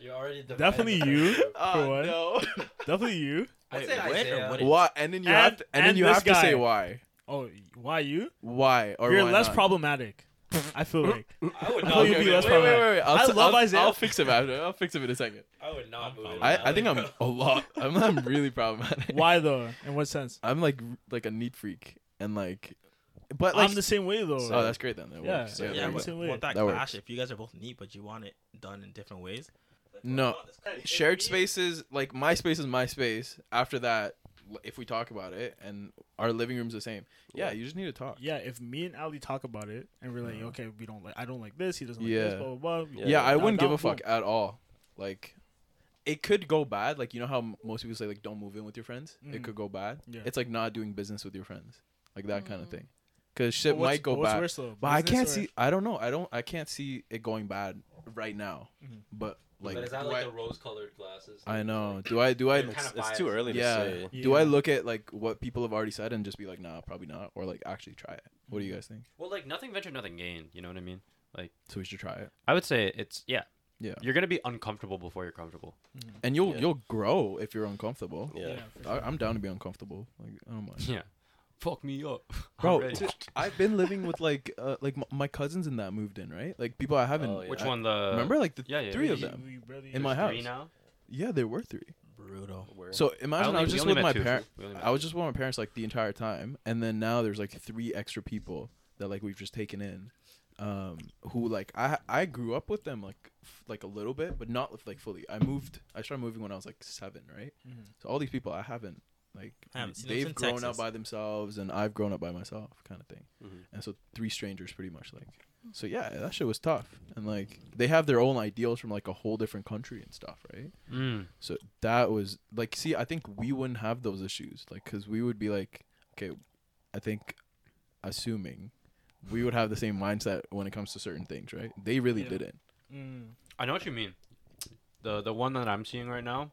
You're already Definitely you. for one. Uh, no. Definitely you. I'd Wait, say what or Isaiah. wouldn't? Why? And then you And- have to, and, then and you this have to say guy. why. Oh, why you? Why or You're why less not? problematic. I feel like. I would not not. you'd be Okay, okay, less wait, wait, wait, problematic. wait. I'll, I s- love I'll- Isaiah. I'll fix him after. I'll fix him in a second. I would not move. I, I think I'm a lot. I'm, I'm really problematic. Why though? In what sense? I'm like like a neat freak and like, but like. I'm the same way though. oh, that's great then. That Yeah, works. yeah, there Yeah, you but- go. same what, way. what that, That clash works. if you guys are both neat, but you want it done in different ways? No. shared spaces like my space is my space after that l- if we talk about it and our living room's the same yeah you just need to talk yeah, if me and Ali talk about it and we're like, okay, we don't like, I don't like this, he doesn't like this, Yeah. blah blah blah. yeah, Yeah, i down, wouldn't give down, a fuck at all like it could go bad like you know how m- most people say like don't move in with your friends it Mm. could go bad Yeah. it's like not doing business with your friends like that kind of Mm. thing because But shit what's- might go what's bad worse, though, but i business can't or- see i don't know i don't i can't see it going bad right now Mm-hmm. Mhm. but like, but is that do like I- the rose-colored glasses? I know do i do i You're It's, kinda it's too biased. early yeah. to say. Do I Yeah. look at like what people have already said and just be like, nah, probably not, or like actually try it? What Mm-hmm. do you guys think? Well, like nothing ventured, nothing gained. You know what I mean? So we should try it, I would say it's yeah. Yeah. You're gonna be uncomfortable before you're comfortable. and you'll Yeah. you'll grow if you're uncomfortable. Yeah. for I, sure. I'm down to be uncomfortable. Like I don't mind, Yeah. Fuck me up, bro. Already. t- I've been living with like uh, like m- my cousins in that moved in, right? Like people I haven't. Oh, yeah. Which I- one? The Remember, like the yeah, yeah, three yeah. of We- them. we barely in my use- house. Three now. Yeah, there were three. Brutal. Where- So imagine I, only- was we just only with met my two. parents. We only met I was just with my parents like the entire time, and then now there's like three extra people that like we've just taken in, um, who like I I grew up with them like f- like a little bit, but not like fully. I moved. I started moving when I was like seven, right? Mhm. So all these people I haven't like Mm-hmm. I haven't seen them they've since grown up Texas. by themselves, and I've grown up by myself, kind of thing. Mm-hmm. Mhm. And so three strangers, pretty much like. So yeah, that shit was tough, and like they have their own ideals from like a whole different country and stuff, right? Mm. So that was like, see, I think we wouldn't have those issues, like, because we would be like, okay, I think, assuming we would have the same mindset when it comes to certain things, right? They really Yeah. didn't. Mm. I know what you mean. The the one that I'm seeing right now,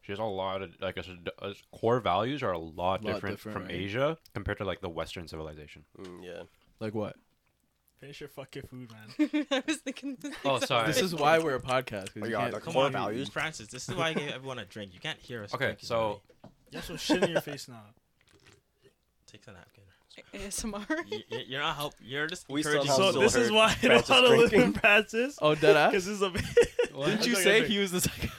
she has a lot of like us, us core values are a lot, different, different, from right? Asia compared to like the Western civilization. Mm, yeah. Like what? Finish your fuck your food, man. I was thinking. the Oh, exact sorry. This Alright. is why we're a podcast. 'cause Oh, you yeah, can't- the Come Core on, values. Francis. This is why I gave everyone a drink. You can't hear us. Okay, drinking, so buddy. You have some shit in your face now. take the napkin. ASMR. You, you- you're not help. You're just We encouraging. somehow So I'm people. still this is hurt. why I don't Francis want to live drinking. in Francis. Oh, dead ass. Because this is a. Didn't you Okay, say okay. he was the second?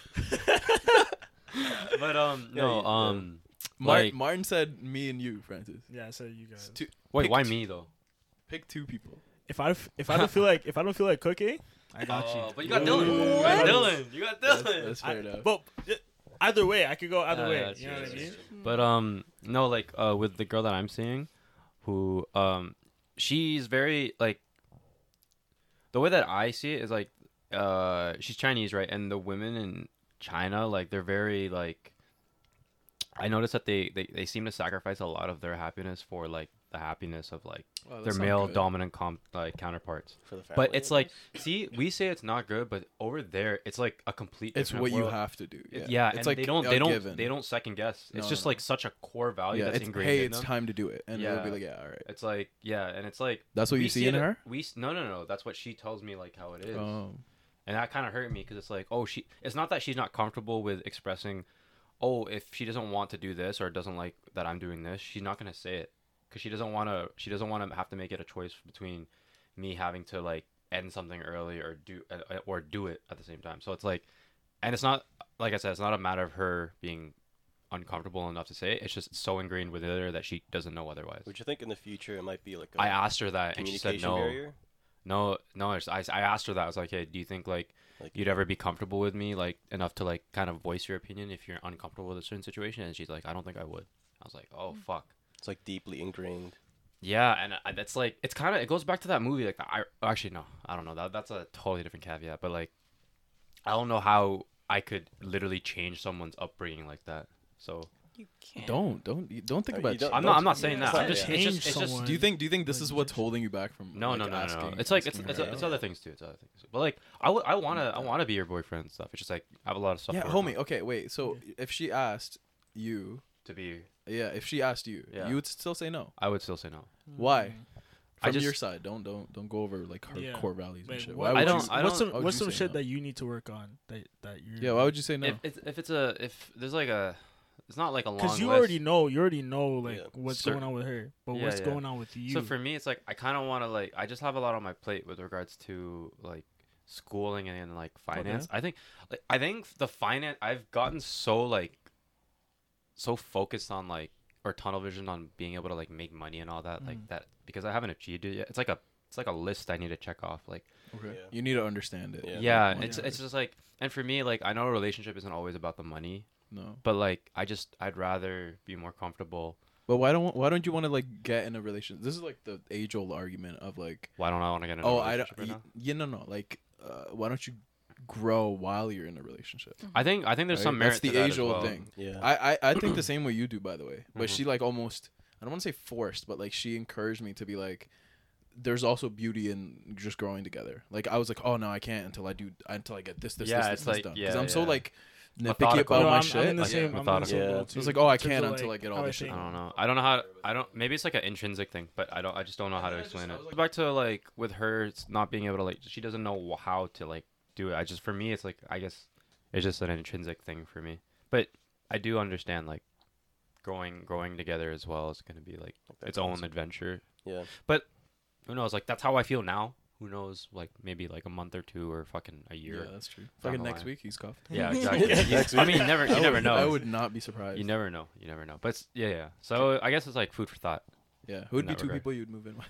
but um Yeah, no you- um Mar- Like- Martin said me and you, Francis. yeah, I said you guys. It's two- wait pick why t- me though? Pick two people. If I if I don't feel like if I don't feel like cooking, I got you. Oh, but you got Ooh. Dylan. You got Dylan. You got That's, Dylan. that's fair I- enough. But uh, either way, I could go either Yeah, way. yeah, that's you know true, what I that's mean? But um no like uh with the girl that I'm seeing who um she's very like the way that I see it is like uh she's Chinese, right? And the women in China like they're very like I notice that they they, they seem to sacrifice a lot of their happiness for like the happiness of like Wow, Oh, that their sounds male good. dominant com- like counterparts. For the family. But it's like see, we say it's not good, but over there it's like a complete It's different what you world. have to do. Yeah, It- yeah, it's and like they don't a they don't given. they don't second guess. It's No, just no, like such a core value Yeah, that's it's ingrained hey, in it's them. time to do it, and it'll be Yeah. like, yeah, all right. It's like yeah, and it's like That's what we you see in it- her. We s- no no no. That's what she tells me like how it is, Oh, and that kind of hurt me because it's like oh she. It's not that she's not comfortable with expressing. Oh, if she doesn't want to do this or doesn't like that I'm doing this, she's not gonna say it because she doesn't want to. She doesn't want to have to make it a choice between me having to like end something early or do uh, or do it at the same time. So it's like, and it's not like I said, it's not a matter of her being uncomfortable enough to say it. It's just so ingrained within her that she doesn't know otherwise. Would you think in the future it might be like a I asked her that, and she communication said no, barrier? no, no. I, just- I I asked her that. I was like, hey, do you think like Like- you'd ever be comfortable with me, like enough to like kind of voice your opinion if you're uncomfortable with a certain situation? And she's like, I don't think I would. I was like, oh fuck. It's like deeply ingrained. Yeah, and I, that's like it's kind of it goes back to that movie. Like the, I actually no, I don't know. That that's a totally different caveat. But like, I don't know how I could literally change someone's upbringing like that. So You can't. don't don't you- don't Oh, think Uh, about. you don't- I'm not. I'm not Yeah. saying that. Yeah. I'm just. It's just. Change It's just someone. do you think do you think this is what's Like, holding you back from? No, like, no, no, no, no. asking- It's like it's asking it's, her it's out? other things too. It's other things. But like I would- I wanna I that. wanna be your boyfriend and stuff. It's just like I have a lot of stuff. Yeah, to work on homie. Okay, wait. So if she asked you, To be, yeah, if she asked you, Yeah. you would still say no. I would still say no. Why? Mm. I From your just- side, don't don't don't go over like her Yeah. core values and Wait, shit. what- Why would I you don't- s- I what's don't- some why would what's you some say shit no? that you need to work on that that you're Yeah, why would you say no? If it's if it's a if there's like a, it's not like a long. because you list. already know you already know like Yeah. what's Cer- going on with her, but Yeah, what's yeah. going on with you? So for me, it's like I kind of want to like I just have a lot on my plate with regards to like schooling and, like finance. I think like, I think the finance I've gotten so like so focused on like or tunnel vision on being able to like make money and all that Mm. like that because I haven't achieved it yet. It's like a it's like a list I need to check off like Okay. Yeah. You need to understand it. Yeah. yeah, Like, it's why- it's just like and for me like I know a relationship isn't always about the money no. but like I just I'd rather be more comfortable But why don't why don't you want to like get in a relationship? This is like the age old argument of like, why don't I want to get in a oh, I don't. relationship y- right now? yeah, no, no. Like, uh, why don't you grow while you're in a relationship? I think I think there's Right? some That's merit to the that as age old well. thing. Yeah. I, I I think the same way you do, by the way. But Mhm. she like almost I don't want to say forced, but like she encouraged me to be like. There's also beauty in just growing together. Like I was like, oh no, I can't until I do until I get this this Yeah, this, it's this, this done. like- yeah, I'm so yeah. like nitpicky Methodical. about no, my I'm, shit. I'm in the like, same. I'm in the methodical. same Yeah. boat I It's too, was like, oh, I in terms can't of, until like, I get how all this shit. think. I don't know. I don't know how. I don't. Maybe it's like an intrinsic thing, but I don't. I just don't know how to explain it. Back to like with her it's not being able to like. She doesn't know wh- how to like do it. I just for me, it's like I guess it's just an intrinsic thing for me. But I do understand like growing growing together as well is gonna be like that its own concept. adventure. Yeah. But who knows? Like that's how I feel now. Who knows? Like maybe like a month or two or fucking a Yeah, year. that's true. Down Fucking the next line. week, he's coughed. Yeah, exactly. I mean, you never you I never would- know. I would not be surprised. You never know. You never know. But it's, yeah, yeah. So I guess it's like food for thought. yeah, who would in be that two regard. people you'd move in with?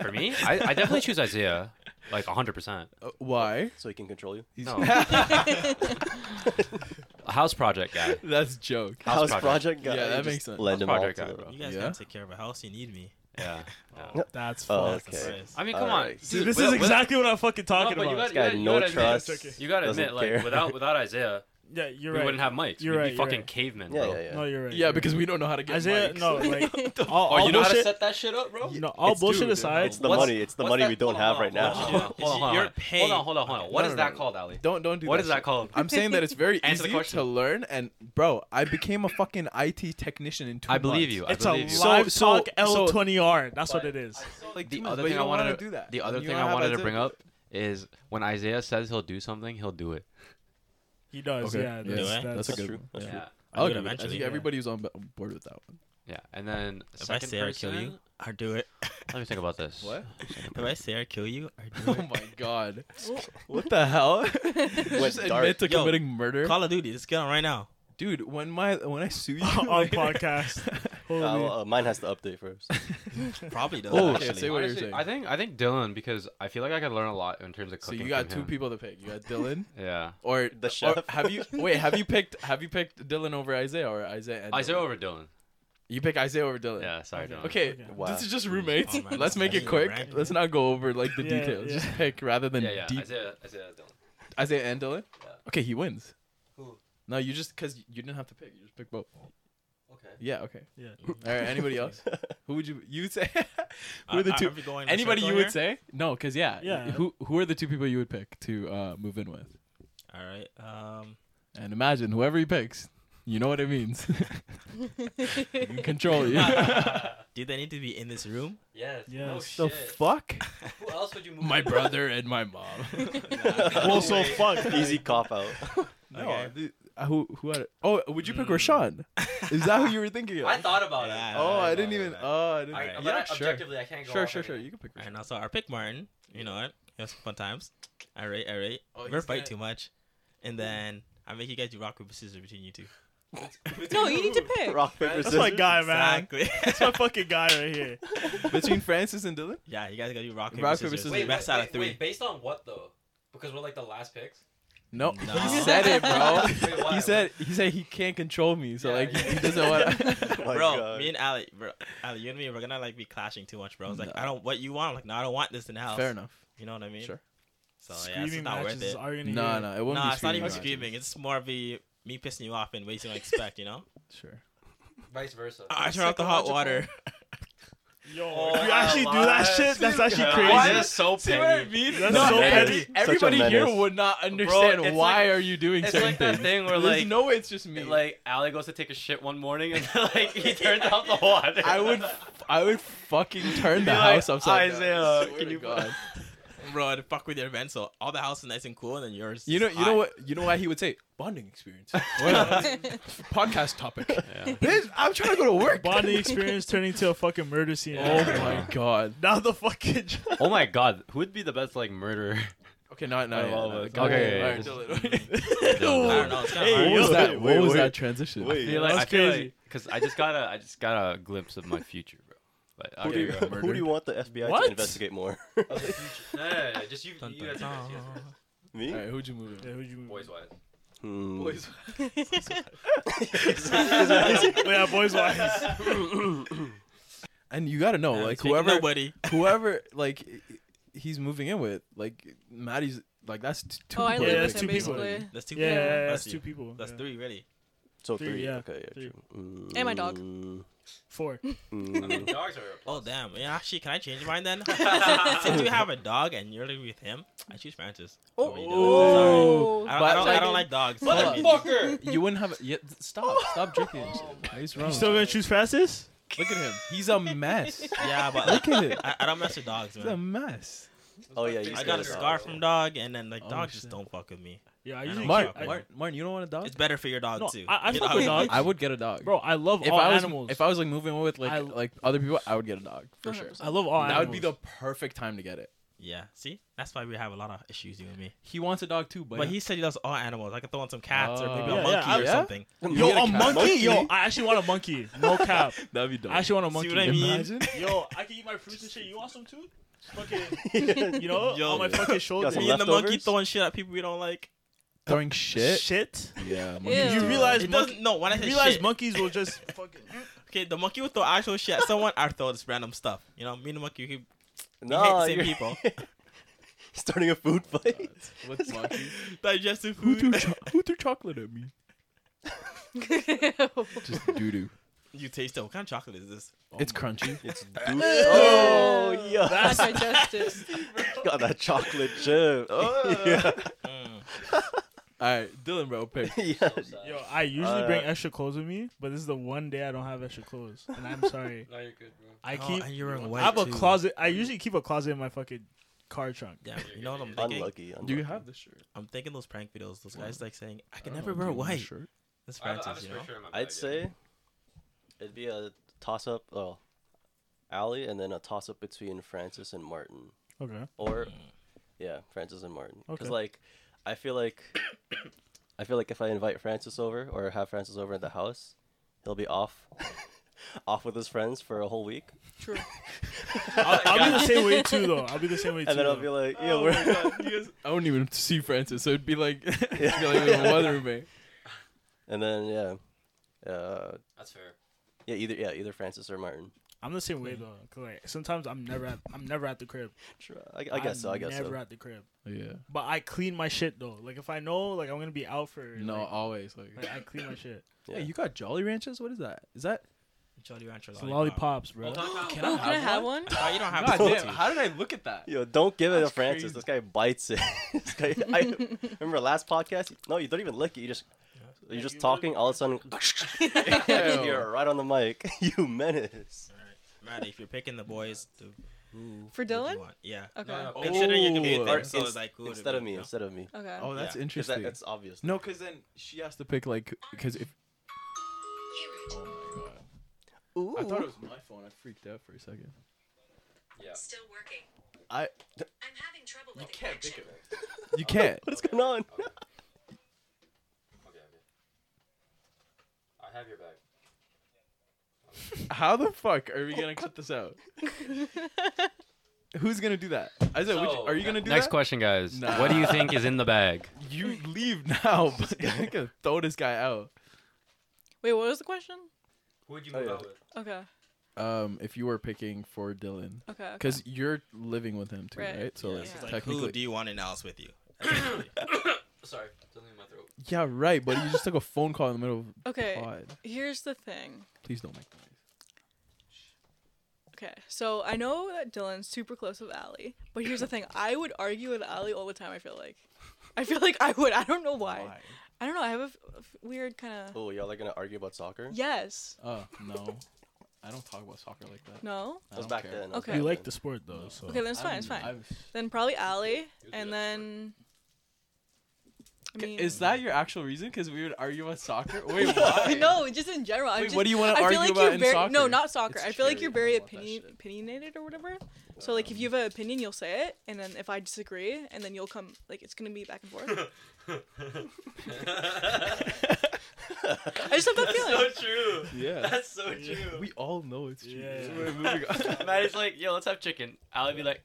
For me, I, I definitely choose Isaiah, like 100%. Uh, why? So he can control you. He's No. A house project guy. That's joke. House project. guy. Yeah, that Just makes sense. Lend House him all project to guy, the- bro. You guys Yeah. gotta take care of a house. You need me. Yeah. Oh, that's Oh, fucked. okay. That's- I mean, come on. Alright. Dude, this Without- is exactly what I'm fucking without- talking no, but about. you got- This guy you no gotta admit- trust. You gotta doesn't admit, like care. without without Isaiah, Yeah, you're we right. wouldn't have mics. You're We'd right, be you're fucking right. cavemen, Yeah, bro. yeah, yeah. No, you're right. Yeah, you're because right. we don't know how to get Isaiah, mics. no, like all, Oh, all you know how to bullshit. set that shit up, bro? No, all It's bullshit dude, dude. aside. It's the What's- money. It's the what's money that- we don't hold on, have hold right on, now. hold on, now. Hold on, hold on, You're hold on. paying- Hold on, hold on, hold on. What No, is no, that no. called, Ali? Don't don't do What that. is that shit. called? I'm saying that it's very Answer the easy question. to learn, and bro, I became a fucking IT technician in two. I believe months. you. I It's a believe you. lot- live So- talk so- L20R. That's what it is. Like the two months, other but you thing I don't wanted wanna to do that. The other You thing don't I have wanted to Isaiah bring do up is when Isaiah says he'll do something, he'll do it. He does. Okay. Yeah, Yeah, that's, that's- That's, That's a good true. one. That's yeah. true. I'll do it agree. I eventually. think yeah. everybody was on on board with that one. Yeah, and then If I second say I person. kill you, I do it. Let me think about this. If I say I kill you, I do oh it. my god. what the hell? Went Just dark. admit to Yo, committing murder, Call of Duty, let's get on right now. dude. When my when I sue you on later- podcast. Holy. Uh, well, uh, mine has to update first. Probably does. Oh, actually. okay, say what you're Honestly, saying. I think I think Dylan because I feel like I could learn a lot in terms of so cooking. you got from two him. people to pick. You got Dylan Yeah, or The or chef. have you wait? Have you picked? Have you picked Dylan over Isaiah or Isaiah? And Isaiah Dylan? over Dylan. You pick Isaiah over Dylan. Yeah, sorry, Dylan. Okay, Okay. Wow. this is just roommates. Oh, man, Let's this make is it quick. rank. Let's not go over like the Yeah, details. yeah. Just pick rather than Yeah, yeah. deep. Isaiah. Isaiah, Isaiah, Dylan. and Dylan. Yeah. Okay, he wins. Who? No, you just because you didn't have to pick. You just pick both. Okay. Yeah. Okay. Yeah. All right. Anybody else? Who would you you would say? who Uh, are the uh, two? are we going in a Anybody you circle would here? say? No, because yeah. Yeah. Who who are the two people you would pick to uh, move in with? All right. Um, And imagine whoever he picks. You know what it means. you control you. Ah, do they need to be in this room? Yes. Yes. No the shit. fuck? Who else would you move? My in with? brother and my mom. Well, so fuck. Easy cop out. No, Okay. the- uh, who who had it? Oh, would you pick Rashawn? Is that who you were thinking of? I thought about Yeah, it. oh, I I, know, didn't I know even. that. Oh, I didn't. I, but yeah, I, sure. objectively, I can't go. Sure, off sure, of sure. it. You can pick All Rashawn. right, now so our pick Martin. You know what? It was fun times. All right, all right. Oh, we he's We're fight gonna- too much, and then I make you guys do rock paper scissors between you two. no, you need to pick. Rock paper That's my scissors. guy, man. Exactly. That's my fucking guy right here. Between Francis and Dylan? yeah, you guys gotta do rock paper Rock, paper, scissors. scissors. Wait, best wait, out wait, of three. Wait, based on what though? Because we're like the last picks. No, he No. said it, bro. Wait, why? he said he said he can't control me, so Yeah, like yeah. he doesn't want. Oh my bro, God. me and Ali, bro, Ali, you and me, we're gonna like be clashing too much, bro. I was like, No. I don't what you want. I'm like, no, I don't want this in the house. Fair enough. You know what I mean? Sure. So yeah, it's Screaming just not worth matches it. is all you're gonna No, hear. no, it won't Nah, be it's not screaming. even matches. screaming. It's more be me pissing you off in ways you don't expect. You know? Sure. Vice versa. I turn off the hot water. Yo, Oh, if you actually do that lies. shit, that's actually God, crazy. That is so See what I petty. mean? That's so petty. Such a Everybody here menace. would not understand it's why like- are you doing It's certain like things. that thing where There's like no way it's just me. like Ali goes to take a shit one morning and then, like he turns off the water. I would, f- I would fucking turn Be the like, house upside down. Isaiah, Swear can to you- God. Bro, to fuck with your event, so all the house is nice and cool, and then yours. You is know, you hot. know what, you know why he would say bonding experience. Well, podcast topic. Yeah. Bitch, I'm trying to go to work. Bonding experience turning into a fucking murder scene. Oh my god. Now the fucking. Oh my god, who would be the best like murderer? Okay, not I not yet. love not it. yet. Okay, Alright, yeah, I Dylan. Dylan. don't know. It's kind of Hey, What yo. was that? Wait, What was wait. that transition? Wait. I feel like, that's I feel crazy. like, cause I just got a, I just got a glimpse of my future, bro. But Who do, okay, you, go. got who do murdered. you want the FBI What? to investigate more? Of the future. No, no, no, no, just you, Dun, you dun, guys, you guys, you guys, dun. Me? Alright, who'd you move Yeah, in? who'd you move? boys wise. Hmm. Boys. yeah, boys wise. And you gotta know, Yeah, Oh, like it's making whoever nobody. whoever like he's moving in with, like Maddie's like that's t- two Oh, I people. live Yeah, with that's him two people. basically. That's two. Yeah, yeah, people. yeah, that's you. two people. That's yeah. three, really. So Three, three. yeah. Okay. yeah, Three. true. And my dog. Mm, Four. mm. Dogs are. Oh damn. Yeah, actually, can I change mine then? since, since you have a dog and you're living with him, I choose Francis. Oh. Over you, Dylan. Oh. Sorry. I don't, I don't, I don't like dogs. so I mean- Motherfucker! You wouldn't have. Yeah, th- stop! Stop drinking. He's wrong. You still gonna choose fastest? Look at him. He's a mess. Yeah, but Look like, at it. I, I don't mess with dogs, He's a man. mess. Oh yeah. You I said got a it. scar from dog, and then like Oh, dogs just shit. don't fuck with me. Yeah, I don't usually. Martin, I- Martin, Martin, you don't want a dog? It's better for your dog No, too. I- I Your fuck dog with is- dogs. I would get a dog. Bro, I love if all I was animals. if I was like moving with like I- like other people, I would get a dog for sure. 100%. I love all That animals. would be the perfect time to get it. Yeah. See, that's why we have a lot of issues you and me. He wants a dog too, But he said he loves all animals. I could throw in some cats or Oh. maybe Yeah, a yeah, monkey I- or yeah. something. Yo, a monkey? Monkey? Yo, I actually want a monkey. No cap. that'd be dope. I actually want a monkey. See what I mean? Imagine. Yo, I can eat my fruits and shit. You want some too? Fucking, you know, Yo. on my fucking shoulder. some Me and the monkey leftovers? throwing shit at people we don't like. Throwing shit. Shit. Yeah. Ew. You Yeah. realize It monkey, doesn't. No, when I you say realize shit, monkeys will just fucking. okay, the monkey would throw actual shit at someone. I throw this random stuff. You know, me and the monkey, we, we No, hate the same you're- people. starting a food fight. What's monkey? Digestive Who threw, food. cho- who threw chocolate at me? Just doo doo. you taste it. What kind of chocolate is this? it's crunchy. It's dude. oh yeah, That's digestive. got that chocolate chip. Oh. yeah, Mm. All right, Dylan, bro, pick. yeah. Yo, I usually bring Uh, extra clothes with me, but this is the one day I don't have extra clothes, and I'm sorry. No, you're good, bro. I Oh, keep. and you're wearing I have white, a too. closet. I usually keep a closet in my fucking car trunk. Damn, you know what I'm thinking? Unlucky. unlucky. Do you have the shirt? I'm thinking those prank videos. Those guys like saying, "I can don't never know, wear do you want a white." shirt? That's I have- I have a Francis, you know. sweatshirt in my bag, yeah. I'd say it'd be a toss up. Oh, Ali, and then a toss up between Francis and Martin, Okay. or yeah, Francis and Martin. Because Okay. like, I feel like, I feel like if I invite Francis over or have Francis over at the house, he'll be off, off with his friends for a whole week, True. I'll, I'll be the same way too, though. I'll be the same way too. and then I'll though. be like, yeah, we're. I wouldn't even see Francis. So it'd be like, it'd be Yeah. like with my other roommate. and then yeah, uh, That's fair. yeah, either yeah, either Francis or Martin. I'm the same way though. 'cause, like sometimes I'm never at I'm never at the crib. Sure, I, I guess so. I guess never so. at the crib. Yeah. But I clean my shit though. Like if I know like I'm gonna be out for No, like, always like. like, I clean my shit. Yeah. Hey, you got Jolly Ranchers? What is that? Is that? Jolly Rancher It's lollipops, bro. Can Oh, I can I have have one? one? Oh, you don't have God to. damn, how did I look at that? Yo, don't give it to That's Francis. crazy. This guy bites it. this guy, I remember last podcast. No, you don't even lick it. You just you're just talking. All of a sudden, you're right on the mic. you menace. Man, if you're picking the boys, to, who For would you Dylan? want? yeah. Okay. No. Considering you can be Oh. a Or thing, so ins- it's like who would it instead be, of me, you know? instead of me. Okay. Oh, that's 'Cause interesting. that, that's obvious. No, because then she has to pick like because if. Oh my god! Ooh. I thought it was my phone. I freaked out for a second. Yeah. Still working. I I'm having trouble with the connection. you can't. What's going on? Okay, okay. I have your bag. How the fuck are we gonna cut this out? Who's gonna do that? Isaiah, would you, So, are you gonna do Next that? question, guys. Nah. What do you think is in the bag? You leave now. But I can throw this guy out. Wait, what was the question? Who would you Oh, move yeah. out with? Okay. Um, if you were picking for Dylan, Okay. okay. because you're living with him too, right? Right. So Yeah. like, It's It's like, technically, who do you want in the house with you? Sorry, something in my throat. yeah, right. But you just took a phone call in the middle of Okay. the pod. Here's the thing. Please don't make noise. Okay, so I know that Dylan's super close with Allie, but here's the thing: I would argue with Allie all the time. I feel like, I feel like I would. I don't know why. I don't know. I have a f- f- weird kind of. Oh, y'all are gonna argue about soccer? Yes. Oh no, I don't talk about soccer like that. No. That was back then. that was Okay. back You like then. the sport though, so Okay, then it's fine. It's fine. Then probably Allie, and then. I mean, Is that your actual reason? Because we would argue about soccer. Wait, why? no, just in general. I'm Wait, just, what do you wanna I feel argue like about you're in very, No, soccer? not soccer. It's I feel like cherry. you're very I want that opinion, shit. opinionated or whatever. So like, if you have an opinion, you'll say it, and then if I disagree, and then you'll come. Like, it's gonna be back and forth. I just have that feeling. true. Yeah. so true. We all know it's true. Yeah. We're moving on. Maddie's like, yo, let's have chicken. I'll be like,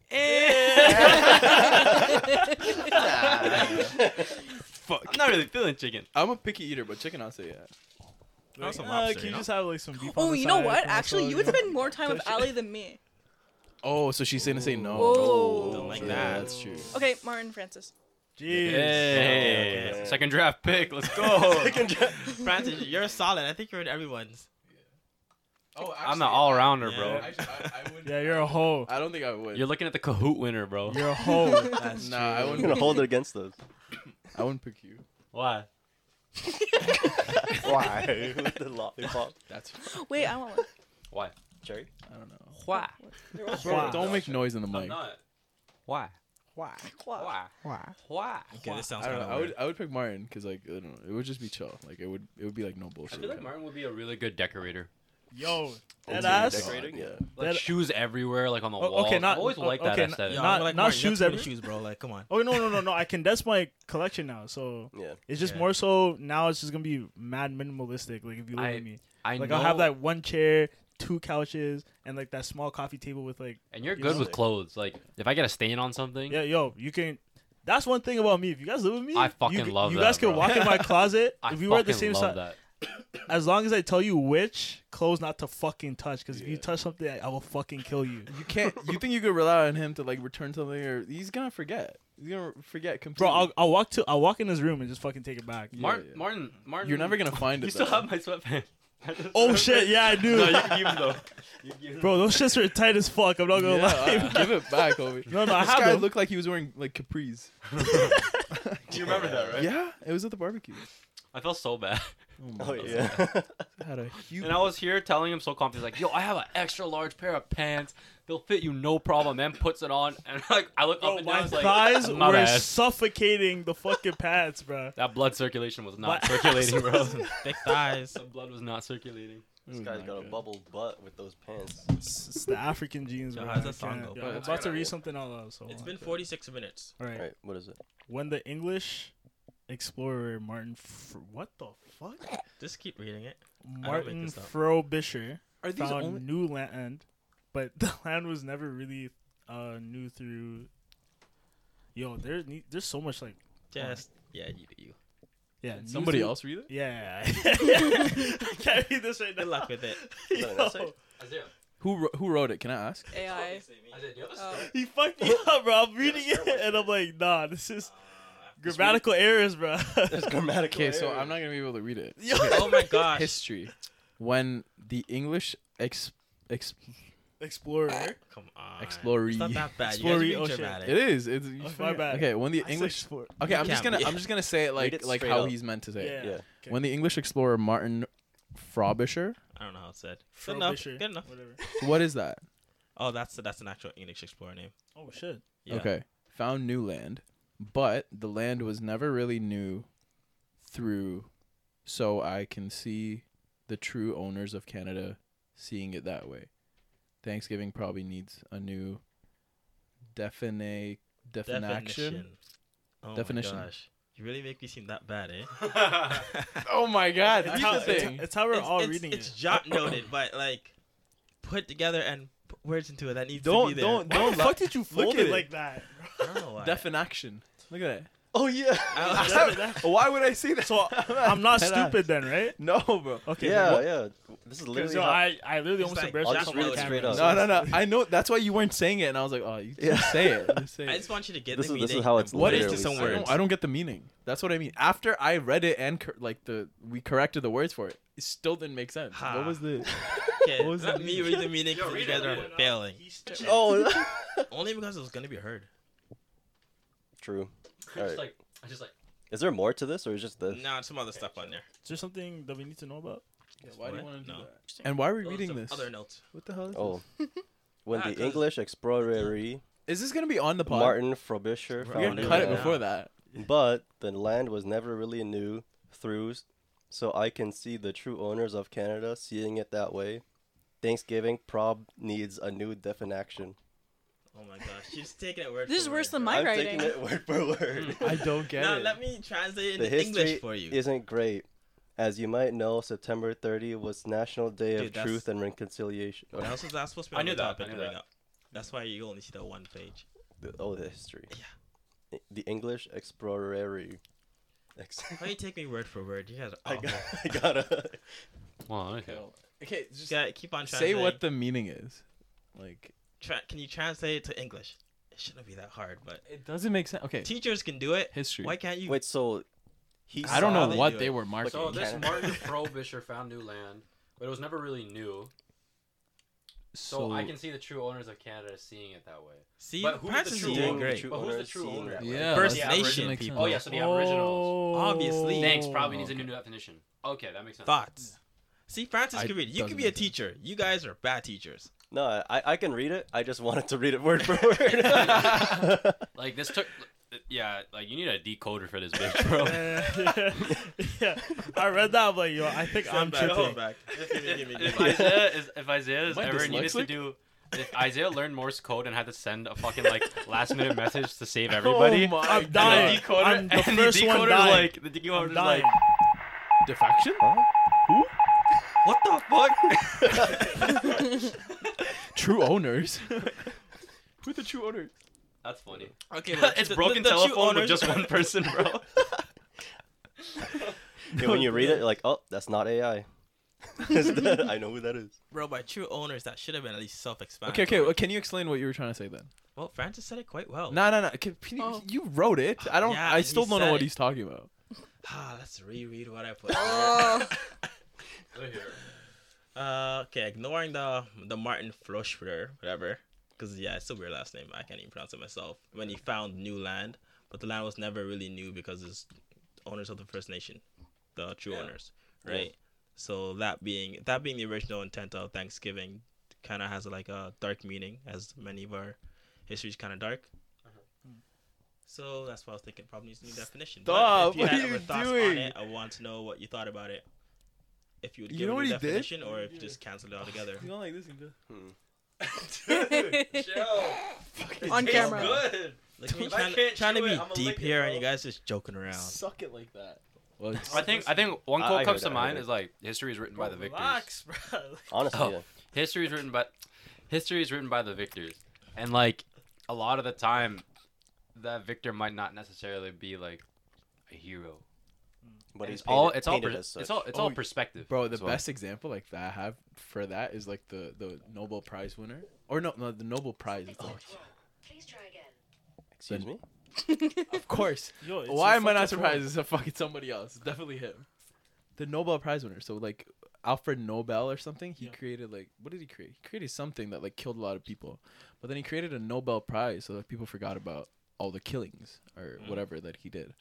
Fuck. I'm not really feeling chicken. I'm a picky eater, but chicken I'll say yeah. Throw Like, some uh, lobster, can you you just have like some beef? on oh, the you know side, what? some Actually, you would mozzarella? spend more time with Ali than me. Oh, so she's gonna say no. Oh, Whoa. Don't like yeah, that. That's true. Okay, Martin Francis. Jeez. Hey, Yeah. second draft pick. Let's go. know? Francis, you're solid. I think you're in everyone's. Oh, actually, I'm an all rounder, Yeah. bro. Actually, I, I wouldn't. Yeah, you're a hoe. I don't think I would. You're looking at the Kahoot winner, bro. You're a hoe. nah, I I'm wouldn't. gonna hold it against us. I wouldn't pick you. Why? Why? With the lollipop. That's. Wait, I want one. Why? Cherry. I don't know. Why? Bro, don't make noise in the mic. not. Why? Why? Quack. Why? Why? Okay, this sounds I don't kind know. of I would. weird. I would pick Martin because like I don't know. It would just be chill. Like it would. It would be like no I bullshit. feel like Martin would be a really good decorator. Yo, that Oh, ass. decorating? Yeah. Like That- shoes everywhere, like on the Oh, wall. okay, not- I've always oh, liked that okay, n- aesthetic. Yo, Not- I'm like, not Martin, you have shoes too many every- uh, shoes, bro. Like, come on. Oh no no no no! I condensed my collection now, so Yeah. it's just Yeah. more so now. It's just gonna be mad minimalistic. Like if you look I- at me, I like know, I'll have like one chair, two couches, and like that small coffee table with like and you're you good know, with like- clothes. Like if I get a stain on something, yeah, yo, you can. That's one thing about me. If you guys live with me, I fucking you, g- love You that, guys can bro. walk in my closet. I if we were at the fucking same side, love that. as long as I tell you which clothes not to fucking touch, because if you Yeah. touch something, I, I will fucking kill you. You can't. You think you could rely on him to like return something, or he's gonna forget. You're gonna forget completely. Bro, I'll, I'll walk to I'll walk in his room and just fucking take it back. Yeah, Martin, yeah. Martin, Martin. You're never gonna find it. You still though. have my sweatpants. Oh shit, yeah, I do. No, you can keep them though. You can keep them. Bro, those shits are tight as fuck. I'm not gonna Yeah, lie. I- give it back, homie. No, no, I this have guy them. looked like he was wearing like capris. Do you remember that, right? Yeah, it was at the barbecue. I felt so bad. my Oh yeah. God, had a huge. And I was here telling him so confidently, like, yo, I have an extra large pair of pants. They'll fit you no problem. And puts it on. And like, I look up Bro, and down. Oh, my it's like, thighs my were bad. suffocating the fucking pants, bro. That blood circulation was not My circulating, ass bro. Thick thighs. Some blood was not circulating. this guy's got a bubble butt with those pants. It's, it's the African genes. Yo, bro. how's I that song can't- go? yo, I'm It's about to been- read something out loud. So It's hold been on. 46 minutes. All All right. right, what is it? When the English explorer Martin, Fr- what the fuck? Just keep reading it. make Martin this up. Frobisher Are these found only? new land, but the land was never really uh new through. Yo, there need- there's so much like Just yeah, you do you. yeah. new Somebody through- else read it? Yeah, I can't read this right now. Good luck with it. Is that an essay? Yo, Isaiah, Who wro- who wrote it? Can I ask? AI. do you have a Oh. story? he fucked me up, bro. I'm reading it and I'm like, nah, this is Uh, grammatical errors, bro. There's grammatical. Okay, so error. I'm not gonna be able to read it. Yo, Oh my gosh. History. When the English ex, ex explorer. Come on. Explore- It's not that bad. You guys are Explore- being oh, shit. dramatic. it is. It's you Oh, my forget. bad. Okay, when the I said English explorer. Okay, I'm You just can't gonna be. I'm just gonna say it like it like straight how up. he's meant to say it. Yeah. Yeah. Okay. When the English explorer Martin Frobisher, I don't know how it's said. Good enough. Good enough. Whatever. what is that? Oh, that's that's an actual English explorer name. Oh shit. Yeah. Okay, found new land, but the land was never really new. Through, so I can see the true owners of Canada seeing it that way. Thanksgiving probably needs a new defini- definition. Definition. Oh my Definition. gosh. You really make me seem that bad, eh? Oh my God! It's how, it's, it's how we're It's- all it's- reading It's it. jot noted, but like put together and put words into it that needs Don't- to be there. don't- Why don't the la- fuck did you look fold at it it. like that? I don't know why. Definition. Look at Oh yeah. I- that. Oh, Why would I say that? So I'm not Dead ass. stupid then, right? No, bro. Okay. yeah, well, yeah. This is 'cause, literally. yo, how- I, I It's literally almost like- embarrassed I'll you just on read it camera. straight up. No, no, no. I know. That's why you weren't saying it, and I was like, "Oh, you just Yeah. say it. Just say I it." just want you to get This the is- this is meaning how and it's put it later into we some say I words. don't, I don't get the meaning. That's what I mean. After I read it and cor- like the we corrected the words for it, it still didn't make sense. Ha. What was the? Okay, What was let that me mean? read the meaning because you read guys it, are read failing. oh. Only because it was gonna be heard. True. I All right. just like, I just like, Is there more to this, or is just this? No, it's some other stuff on there. Is there something that we need to know about? why do do you What? you want to do No. that? And why are we Those are reading some this? Other notes. What the hell is Oh. this? When Ah, the 'cause- English explorer Is this gonna be on the pod? Martin Frobisher We're we on gotta found new cut it land, now. before that. but the land was never really new through, so I can see the true owners of Canada seeing it that way. Thanksgiving prob needs a new definition. Oh my gosh, she's taking it word. This for is worse word, than bro. my I'm writing. taking it word Hmm. for word. I don't get Now it. let me translate it the into history English for you. isn't great. As you might know, September 30 was National Day Dude, of that's- Truth and Reconciliation. What else is that supposed to be I on knew the that, topic I knew to bring that. up? That's why you only see that one page. The- Oh, the history. Yeah. I- The English explorer. Ex- Why you take me word for word? You guys are I awful. got, I got to well, okay. Okay, You just gotta keep on say translating. what the meaning is. Like Tra- can you translate it to English? It shouldn't be that hard, but it doesn't make sense. Okay, teachers can do it. history. Why can't you? Wait, so he I don't saw know they the- what do they it. were marking. So this Canada. Martin Frobisher found new land, but it was never really new. So, so I can see the true owners of Canada seeing it that way. see, But who Pax the is true doing owner? great. But who's the true seeing owner? that? yeah, First that's- that Nation makes people. sense. Oh yeah, so the Aboriginals. Oh. Obviously. Thanks, probably needs a new definition. Okay, that makes sense. Thoughts. See, Francis I- can read. You doesn't can be a make sense. teacher. You guys are bad teachers. No, I, I can read it. I just wanted to read it word for word. Like this took. Yeah, like you need a decoder for this bitch, bro. yeah. yeah. I read that. I'm like, yo, I think I'm tripping. if Isaiah is if Isaiah is Am I ever needed to dyslexic? do if Isaiah learned Morse code and had to send a fucking like last minute message to save everybody, Oh my I'm and dying. the decoder, I'm the and first the one decoder's dying. like the decoder's I'm like dying. Defection? what the fuck? True owners. Who the true owners? That's funny. Okay, it's broken telephone with just one person, bro. Yeah, when you read it, you're like, oh, that's not AI. I know who that is. Bro, by true owners, that should have been at least Okay, self-explanatory. okay. Well, can you explain what you were trying to say then? Well, Francis said it quite well. No, no, no. can- can you- Oh. You wrote it. I don't. Yeah, I he still don't know said what it. he's talking about. Ah, let's reread what I put. uh, okay, ignoring the the Martin Floschfeder, whatever, because yeah, it's a weird last name. I can't even pronounce it myself. When he found new land, but the land was never really new because it's owners of the First Nation, the true owners, right? So that being that being the original intent of Thanksgiving, kind of has like a dark meaning, as many of our histories kind of dark. Uh-huh. Hmm. So that's why I was thinking. Probably needs a new definition. But Stop, if you what had are other you thoughts On doing? it, I want to know what you thought about it. If you would You give know a what new he did? definition, or if you just cancel it altogether. don't like this, On camera. Like, If I trying, can't trying to chew be it, I'ma lick deep it, here, and bro. you guys just joking around. Suck it like that. Well, I think I think one I- quote I comes heard that, I to heard mind it. is like history is written by the victors. Relax, bro. Honestly, Oh. yeah. History is written by history is written by the victors, and like a lot of the time, that victor might not necessarily be like a hero. But And he's it's all painted- it's all painted as per- it's such. all it's all Oh, perspective. Bro, the as well. best example like that I have for that is like the the Nobel Prize winner, or no, no, the Nobel Prize. It's like, Please try again. Excuse me. of course. Yo, it's a Why am I not fucking poem. surprised? It's a fucking somebody else. It's definitely him. The Nobel Prize winner. So like Alfred Nobel or something. He Yeah. created like what did he create? He created something that like killed a lot of people, but then he created a Nobel Prize so that people forgot about all the killings or whatever that he did,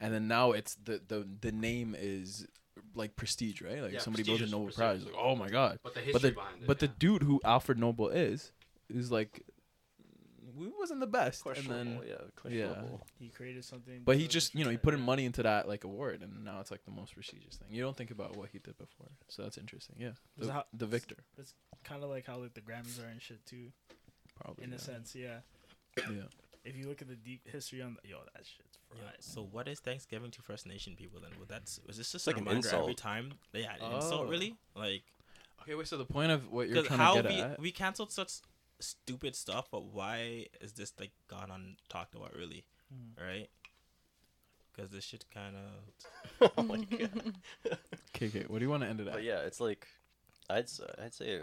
and then now it's the the the name is like prestige, right? Like Yeah, somebody builds a prestigious- Nobel Prize. prestigious. Like, oh my god. But the But history the behind it. but the dude who Alfred Nobel is is like. We wasn't the best, and then Questionable, yeah. Questionable. He created something. but he to just, you know, he portray put in that. money into that like award, and now it's like the most prestigious thing. You don't think about what he did before, so that's interesting. Yeah, Was the, that- the victor That's kind of like how like the Grammys are and shit too, probably. in yeah. a sense. Yeah. yeah. If you look at the deep history on the, yo, that shit's Yeah, fried. So what is Thanksgiving to First Nation people then? Well, that's was this just Like a an reminder every insult. time? Yeah, an insult Oh. really? Like Okay, wait. So the point of what you're because trying how to get we at? we canceled such stupid stuff, but why is this like gone on talked about really, Hmm. right? Because this shit kind of oh my god. Okay, okay. What do you want to end it at? But yeah, it's like, I'd s- I'd say, uh,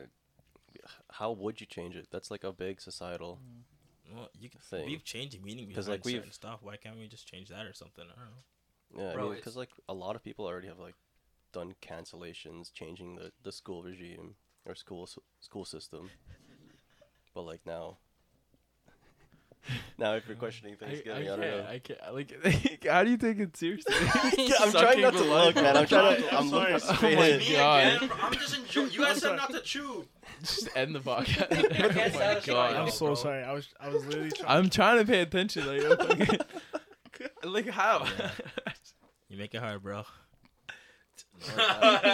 how would you change it? That's like a big societal. well, you can, Thing. we've changed the meaning Because, behind like, like we've- certain stuff. Why can't we just change that or something? I don't know. Yeah, Bro, because it's- like a lot of people already have like done cancellations, changing the the school regime or school s- school system. But like now, now if you're questioning Thanksgiving, I, don't know. I can't. Like, how do you take it seriously? I'm trying not to look, man. I'm trying to. I'm sorry. looking Oh straight my in. God. I'm just enjoying. You guys said not to chew. Just end the podcast. oh my god. I'm I'm, so sorry. I was I was literally trying. trying to pay attention. Like, I'm fucking- like how? Yeah. You make it hard, bro. oh, I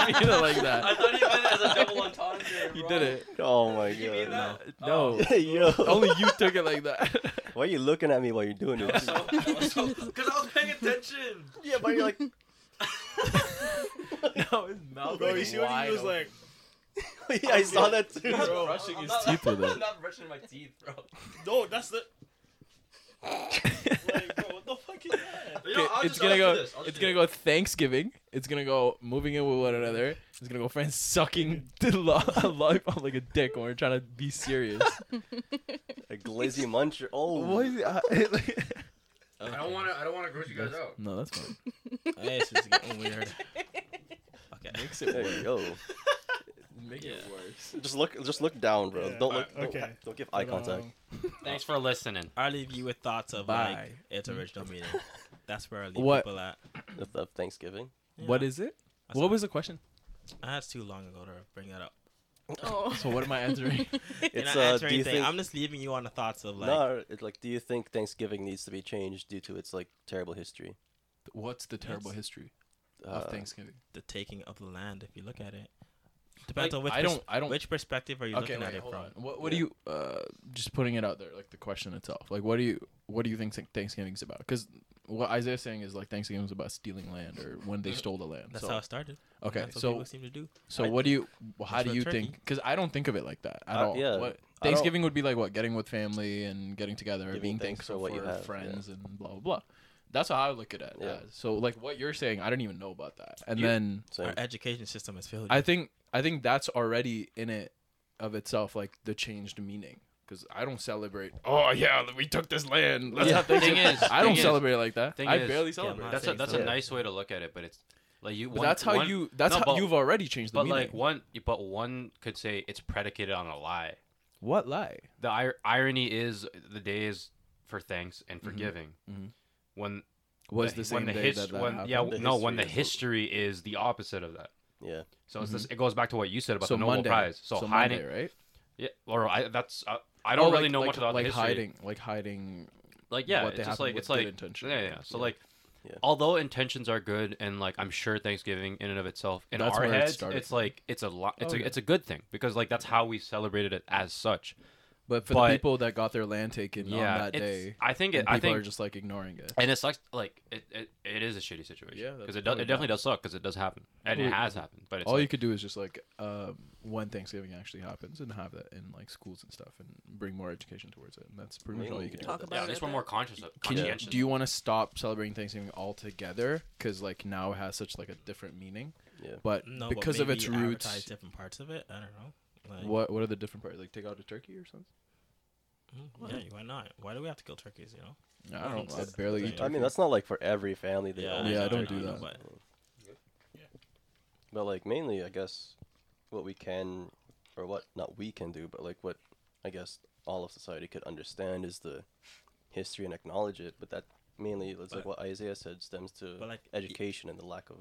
mean, it like that. thought he meant it as a double entendre. You did it. Oh my you mean god. that? No. Hey, yo. Only you took it like that. Why are you looking at me while you're doing it? Because I was paying attention. yeah, but you're like, no, it's not. Bro, you see what he was like? yeah, I saw that too. brushing his teeth with it. not brushing my teeth, bro. No, that's the. like, bro, what the fuck is that? Okay, it's gonna go. It's gonna go Thanksgiving. It's gonna go moving in with one another. It's gonna go friends sucking the lo- lollipop like a dick when we're trying to be serious. A glizzy muncher. Oh, is I don't wanna. I don't wanna gross you guys out. no, that's fine. Hey, this is getting weird. Okay. Makes there you go. Make it worse. Just look, just look down, bro. Yeah. Don't look. Alright, don't- okay. don't give eye contact. Um, Mm. Thanks for listening. I leave you with thoughts of like Bye. its original meaning. That's where I leave What- people at. of, of Thanksgiving. What is it? That's what was the question? I had too long ago to bring that up. Oh. So what am I answering? You're It's not uh, do answering you anything. think? I'm just leaving you on the thoughts of like no, it's like, do you think Thanksgiving needs to be changed due to its like terrible history? What's the terrible Yes. history Uh, of Thanksgiving? the taking of the land. If you look at it, depends Like, on which I don't- pers- I don't- which perspective are you Okay, looking at wait, it hold from? on. What what do you uh just putting it out there like the question itself? Like what do you what do you think Thank- Thanksgiving's about? Because what Isaiah's saying is like Thanksgiving's about stealing land or when they stole the land. That's so, how it started. okay, That's what so people seem to do. So I- what do you? How That's do what you turkey- think? Because I don't think of it like that at Uh, all. yeah, What, I don't- Thanksgiving would be like what getting with family and getting together, or Giving being thanks thankful for what you have, yeah. friends and blah blah blah. That's how I look at it. Yeah. as. So like what you're saying, I didn't even know about that. And You- then So, Our education system is failed. I think I think that's already in it of itself, like the changed meaning. Because I don't celebrate. Oh yeah, we took this land. Let's Yeah. have things Thing in-" is- I don't thing is- celebrate like that. thing I is- barely Yeah, celebrate. my- That's a, saying that's so. a nice way to look at it, but it's like you. But one- that's how one- you. That's no, how but- you've already changed the But meaning. like one, but one could say it's predicated on a lie. what lie? The ir- irony is the day is for thanks and forgiving. mhm. When Was the, the when same the day hist- that that when, happened? yeah The no when the history is- history is the opposite of that. yeah. So it's this, it goes back to what you said about Mm-hmm. so the Nobel Monday, Prize. So, hiding, Monday, right? yeah, or I, that's uh, I don't Oh, really like- know like, much about like the history. hiding, like hiding. like yeah, what they it's just happen like with it's like good intention. Yeah, yeah. So Yeah. like, Yeah. although intentions are good, and like I'm sure Thanksgiving in and of itself, in That's our where it heads, started. it's like it's a lot. It's Oh, a yeah. it's a good thing because like that's how we celebrated it as such. But for But- the people that got their land taken yeah, on that it's- day, I think and it. people I think are just like ignoring it. and it sucks. Like it, it, it is a shitty situation. Yeah, that's because it does. totally It definitely does suck because it does happen, and it Well, has happened. But it's All you like, could do is just like um, when Thanksgiving actually happens and have that in like schools and stuff and bring more education towards it. And that's pretty much all you can do. Talk yeah, about at least it, we're but- more conscious of. Can you, conscientious. do you want to stop celebrating Thanksgiving altogether? Because like now it has such like a different meaning. Yeah. But no, because but of its maybe advertise roots, different parts of it. I don't know. Like, what what are the different parts? Like take out a turkey or something? mm, Yeah, why not? Why do we have to kill turkeys? You know. I don't. know. I It's- barely it's eat. like- Turkey. I mean, that's not like for every family. They Yeah, always Yeah, eat don't turkey, do you know, that. but- But like mainly, I guess what we can, or what not we can do, but like what I guess all of society could understand is the history and acknowledge it. But that mainly, it's like But- what Isaiah said, stems to but, like, y- education and the lack of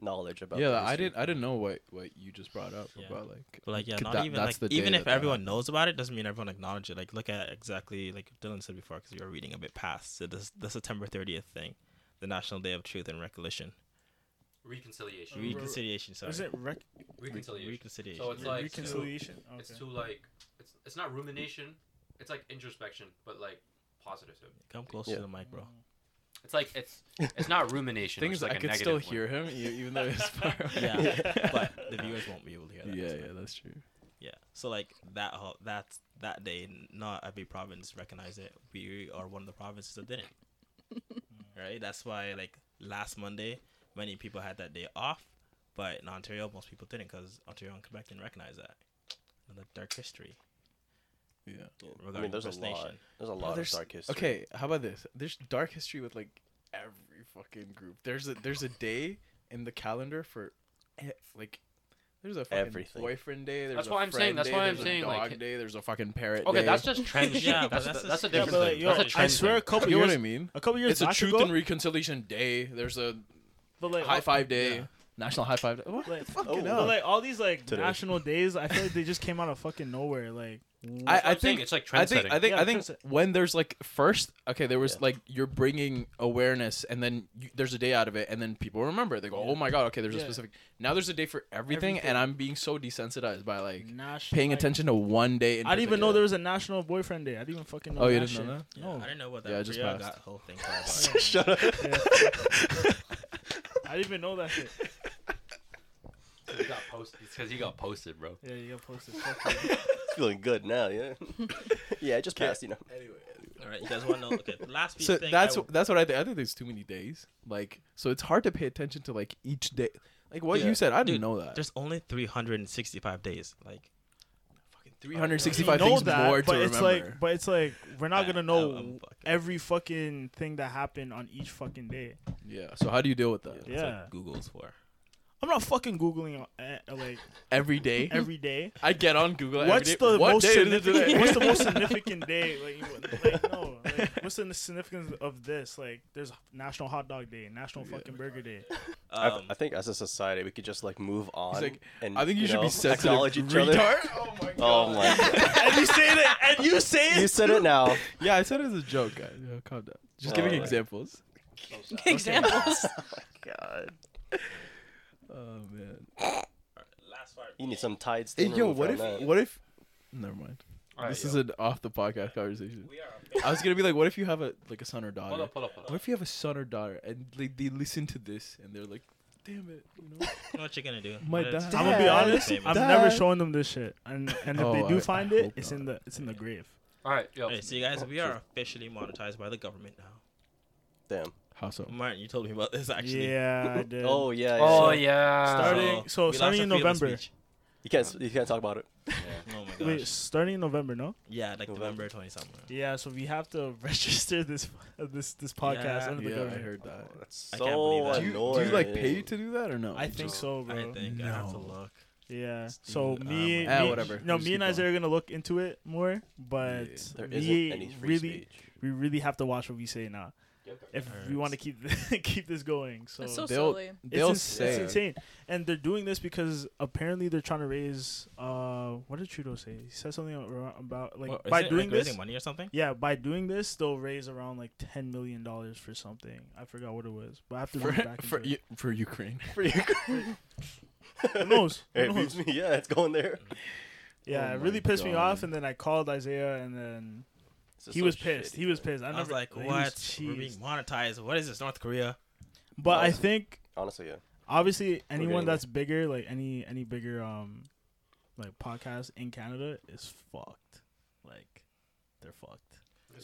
knowledge about. yeah, the I history. didn't. I didn't know what what you just brought up Yeah. about like. But like yeah, Could not that- even that's like the even day if that that everyone happened. knows about it doesn't mean everyone acknowledges it. Like look at exactly like Dylan said before because you were reading a bit past so this the September 30th thing, the National Day of Truth and Reconciliation. reconciliation? Re- Reconciliation, sorry. Is it rec- reconciliation. Reconciliation. So it's like reconciliation? Okay. It's too like it's it's not rumination. It's like introspection, but like positive. Come close Yeah. to the mic, bro. It's like it's it's not rumination. Things which is like I a could negative still word. hear him e- even though it's far. away. Yeah, but the viewers won't be able to hear that. yeah, so- yeah, that's true. yeah. So like that whole, that that day, not every province recognized it. We are one of the provinces that didn't. right. That's why like last Monday, many people had that day off, but in Ontario, most people didn't because Ontario and Quebec didn't recognize that. Another dark history. Yeah. Yeah. I regarding mean, there's a First lot. Nation. There's a lot there's- of dark history. Okay, how about this? There's dark history with like every fucking group. There's a there's a day in the calendar for e- like there's a fucking Everything. boyfriend day. There's That's a what I'm saying, friend that's day, what I'm there's saying, A like- dog day. There's a fucking parrot. Okay, day. that's just trend. shit. Yeah, but that's that's, that's, a- a yeah, different but, thing. yo, that's a trend I swear, a thing. couple you know years, what I mean? a couple years It's a back truth ago, and reconciliation day. There's a but like, high five day. yeah. National high five. What Like, the fuck? oh, you But know? like all these like Today. national days, I feel like they just came out of fucking nowhere. Like, I, I I'm saying, think it's like I trend think setting. I think Yeah, I think trend set- when there's like first okay there was Yeah. like you're bringing awareness and then you, there's a day out of it and then people remember it. they go oh my god okay there's a Yeah. specific now there's a day for everything, Everything. and I'm being so desensitized by like national, paying like- attention to one day. In I didn't even know particular. there was a national boyfriend day. I didn't even fucking know. Oh, you that didn't know shit. Yeah, No, I didn't know what that. Yeah, Yeah, I just just got passed. whole thing. for about. Shut up. I didn't even know that shit. He got posted because he got posted, bro. Yeah, you got posted. Fuck you. It's feeling good now. Yeah. yeah, I just passed. You know. All right, you guys want to know? Okay, the last piece So thing. that's I, would- that's what I think. I think there's too many days. Like so, it's hard to pay attention to like each day. Like what Yeah. you said, I didn't Dude, know that. there's only 365 days. Like, Fucking 365 You know things more but to it's remember. like, but it's like we're not I- gonna I'm- know I'm fucking- every fucking thing that happened on each fucking day. yeah. So how do you deal with that? that's what Yeah. Google's for. I'm not fucking googling uh, uh, like Every day. every day. I get on Google. every What's day. the What most day is it today? significant? What's the most significant day? Like, you would- like no. Like, what's the significance of this? Like, there's National Hot Dog Day, National fucking Burger Day. I- Um, I think as a society, we could just like move on. like, and I think you, should know, be sensitive. acknowledge each other. retard. Oh my Oh my. and you say that, and you say You said it now. Yeah, I said it as a joke, guys. Yeah, calm down. Just giving Alright. examples. Examples. God. Oh man. last part. You need some tides. Hey, yo, what if? What if? Never mind. this is an off the podcast conversation. We are. I was gonna be like, what if you have a like a son or Hold daughter? up, hold up, hold up. What if you have a son or daughter and like they listen to this and they're like, damn it, you know? What you gonna do? My What is- dad. I'm gonna be Dad. honest. Famous. I'm Dad. never showing them this shit, and and if Oh, they do I- find I it, hope it's in the it's in the grave. All right, yo. Alright, so you guys, we are officially monetized by the government now. Damn. How so? Martin, you told me about this actually. Yeah, I did. Oh yeah. yeah. Oh yeah. yeah. Starting- so we lost starting our in freedom of November. speech. You can't. You can't talk about it. Oh my gosh. Wait, starting in November, no? yeah, like November. November twenty something. Yeah, so we have to register this this this podcast Yeah. under the Yeah, "Oh, I government. heard that. That's I so can't believe that. Do you, do you like pay annoying. to do that or no? I think Just- so, bro. I think I have to look. Yeah. It's So the, me, um, Ah, me- whatever. No, Just me and keep Isaiah are gonna look into it more, but Yeah. There isn't any we free really, speech. we really have to watch what we say now if we want to keep keep this going. So, That's so it's, They'll- silly. They'll ins- say it's insane, and they're doing this because apparently they're trying to raise. Uh, what did Trudeau say? He said something ar- about like What, is by it, like, doing raising this. money or something. Yeah, by doing this, they'll raise around like ten million dollars for something. I forgot what it was, but I have to for look back. for, into it. U- for Ukraine. For you. Who knows? Who Hey, it knows? beats me. Yeah, it's going there. Yeah, Oh it my really pissed me off. God. And then I called Isaiah, and then It's just he so was pissed. shitty, He was man. pissed. I, I, never, was like, he what? We're being cheesed. monetized. What is this, North Korea? But I Awesome. think Honestly, yeah. obviously anyone getting there. that's bigger, like any any bigger um like podcast in Canada, is fucked. Like they're fucked.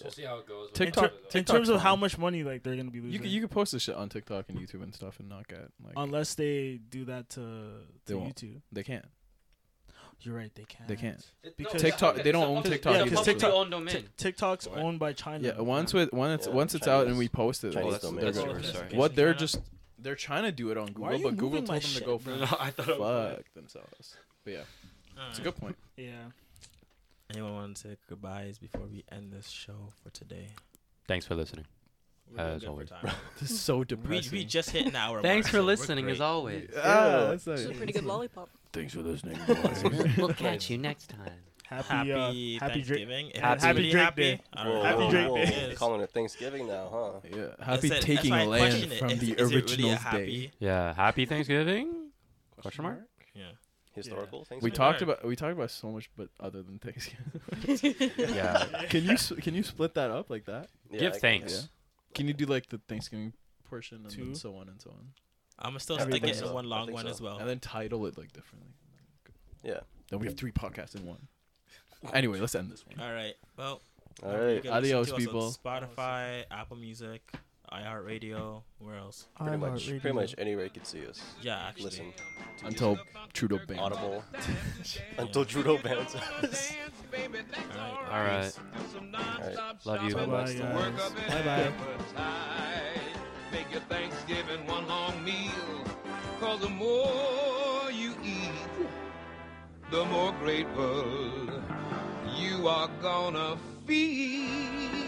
We'll see how it goes. with TikTok- that, though. In TikTok's terms of how fine. much money like they're gonna be You losing, could you could post this shit on TikTok and YouTube and stuff and not get like unless they do that to, to They won't. YouTube. they can't. You're right, they can't. They can't. It- because- it's TikTok- a- they don't it's a own public- TikTok it's a because publicly TikTok- owned domain. Tik- TikTok's What? owned by China. Yeah, once with when it's Yeah, once it's out and Chinese- we post it, Chinese it's- domain. they're That's gonna- all it is. Sorry. what they're China? just they're trying to do it on Why are Google, you but Google moving told my them to go shit, No, fuck no, I thought it was. themselves. But yeah, it's a good point. Yeah. Anyone want to say goodbyes before we end this show for today? Thanks for listening. We're doing As good for always. time. This is so we, depressing. we just hit an hour. Thanks mark, for so we're listening, as great. always. Yeah. that's This is a pretty good lollipop. Thanks for listening. we'll catch you next time. Happy, uh, Happy, happy Drake. Thanksgiving. If Happy- it's really Happy Drake happy, Day. all right. Happy whoa, Drake whoa. Day. We're Yes. Calling it Thanksgiving now, huh? Yeah, happy That's it. That's taking why I land question it. from Is- is the it really a original happy? day. Yeah. Happy Thanksgiving? Question mark? Yeah. Historical Thanksgiving. We Thanksgiving. talked about we talked about so much, but other than Thanksgiving, Yeah. can you s- can you split that up like that? Yeah, I Give guess. thanks. Can you do like the Thanksgiving portion and Two. then so on and so on, I'm gonna still I stick think it in so. one I long think one so. as well. and then title it like differently? Oh. Yeah. Then we have three podcasts in one. Anyway, let's end this one. All right. Well. All you right. can listen Adios, to us on people. Spotify, Apple Music, iHeartRadio. Where else? Pretty much, pretty much anywhere you can see us. Yeah, actually. Listen. Until Trudeau bans. Audible. Until Judo bans us. All All right. Love you. Bye bye, guys. Bye bye. appetite. Make your Thanksgiving one long meal. Cause the more you eat, the more grateful you are gonna feel.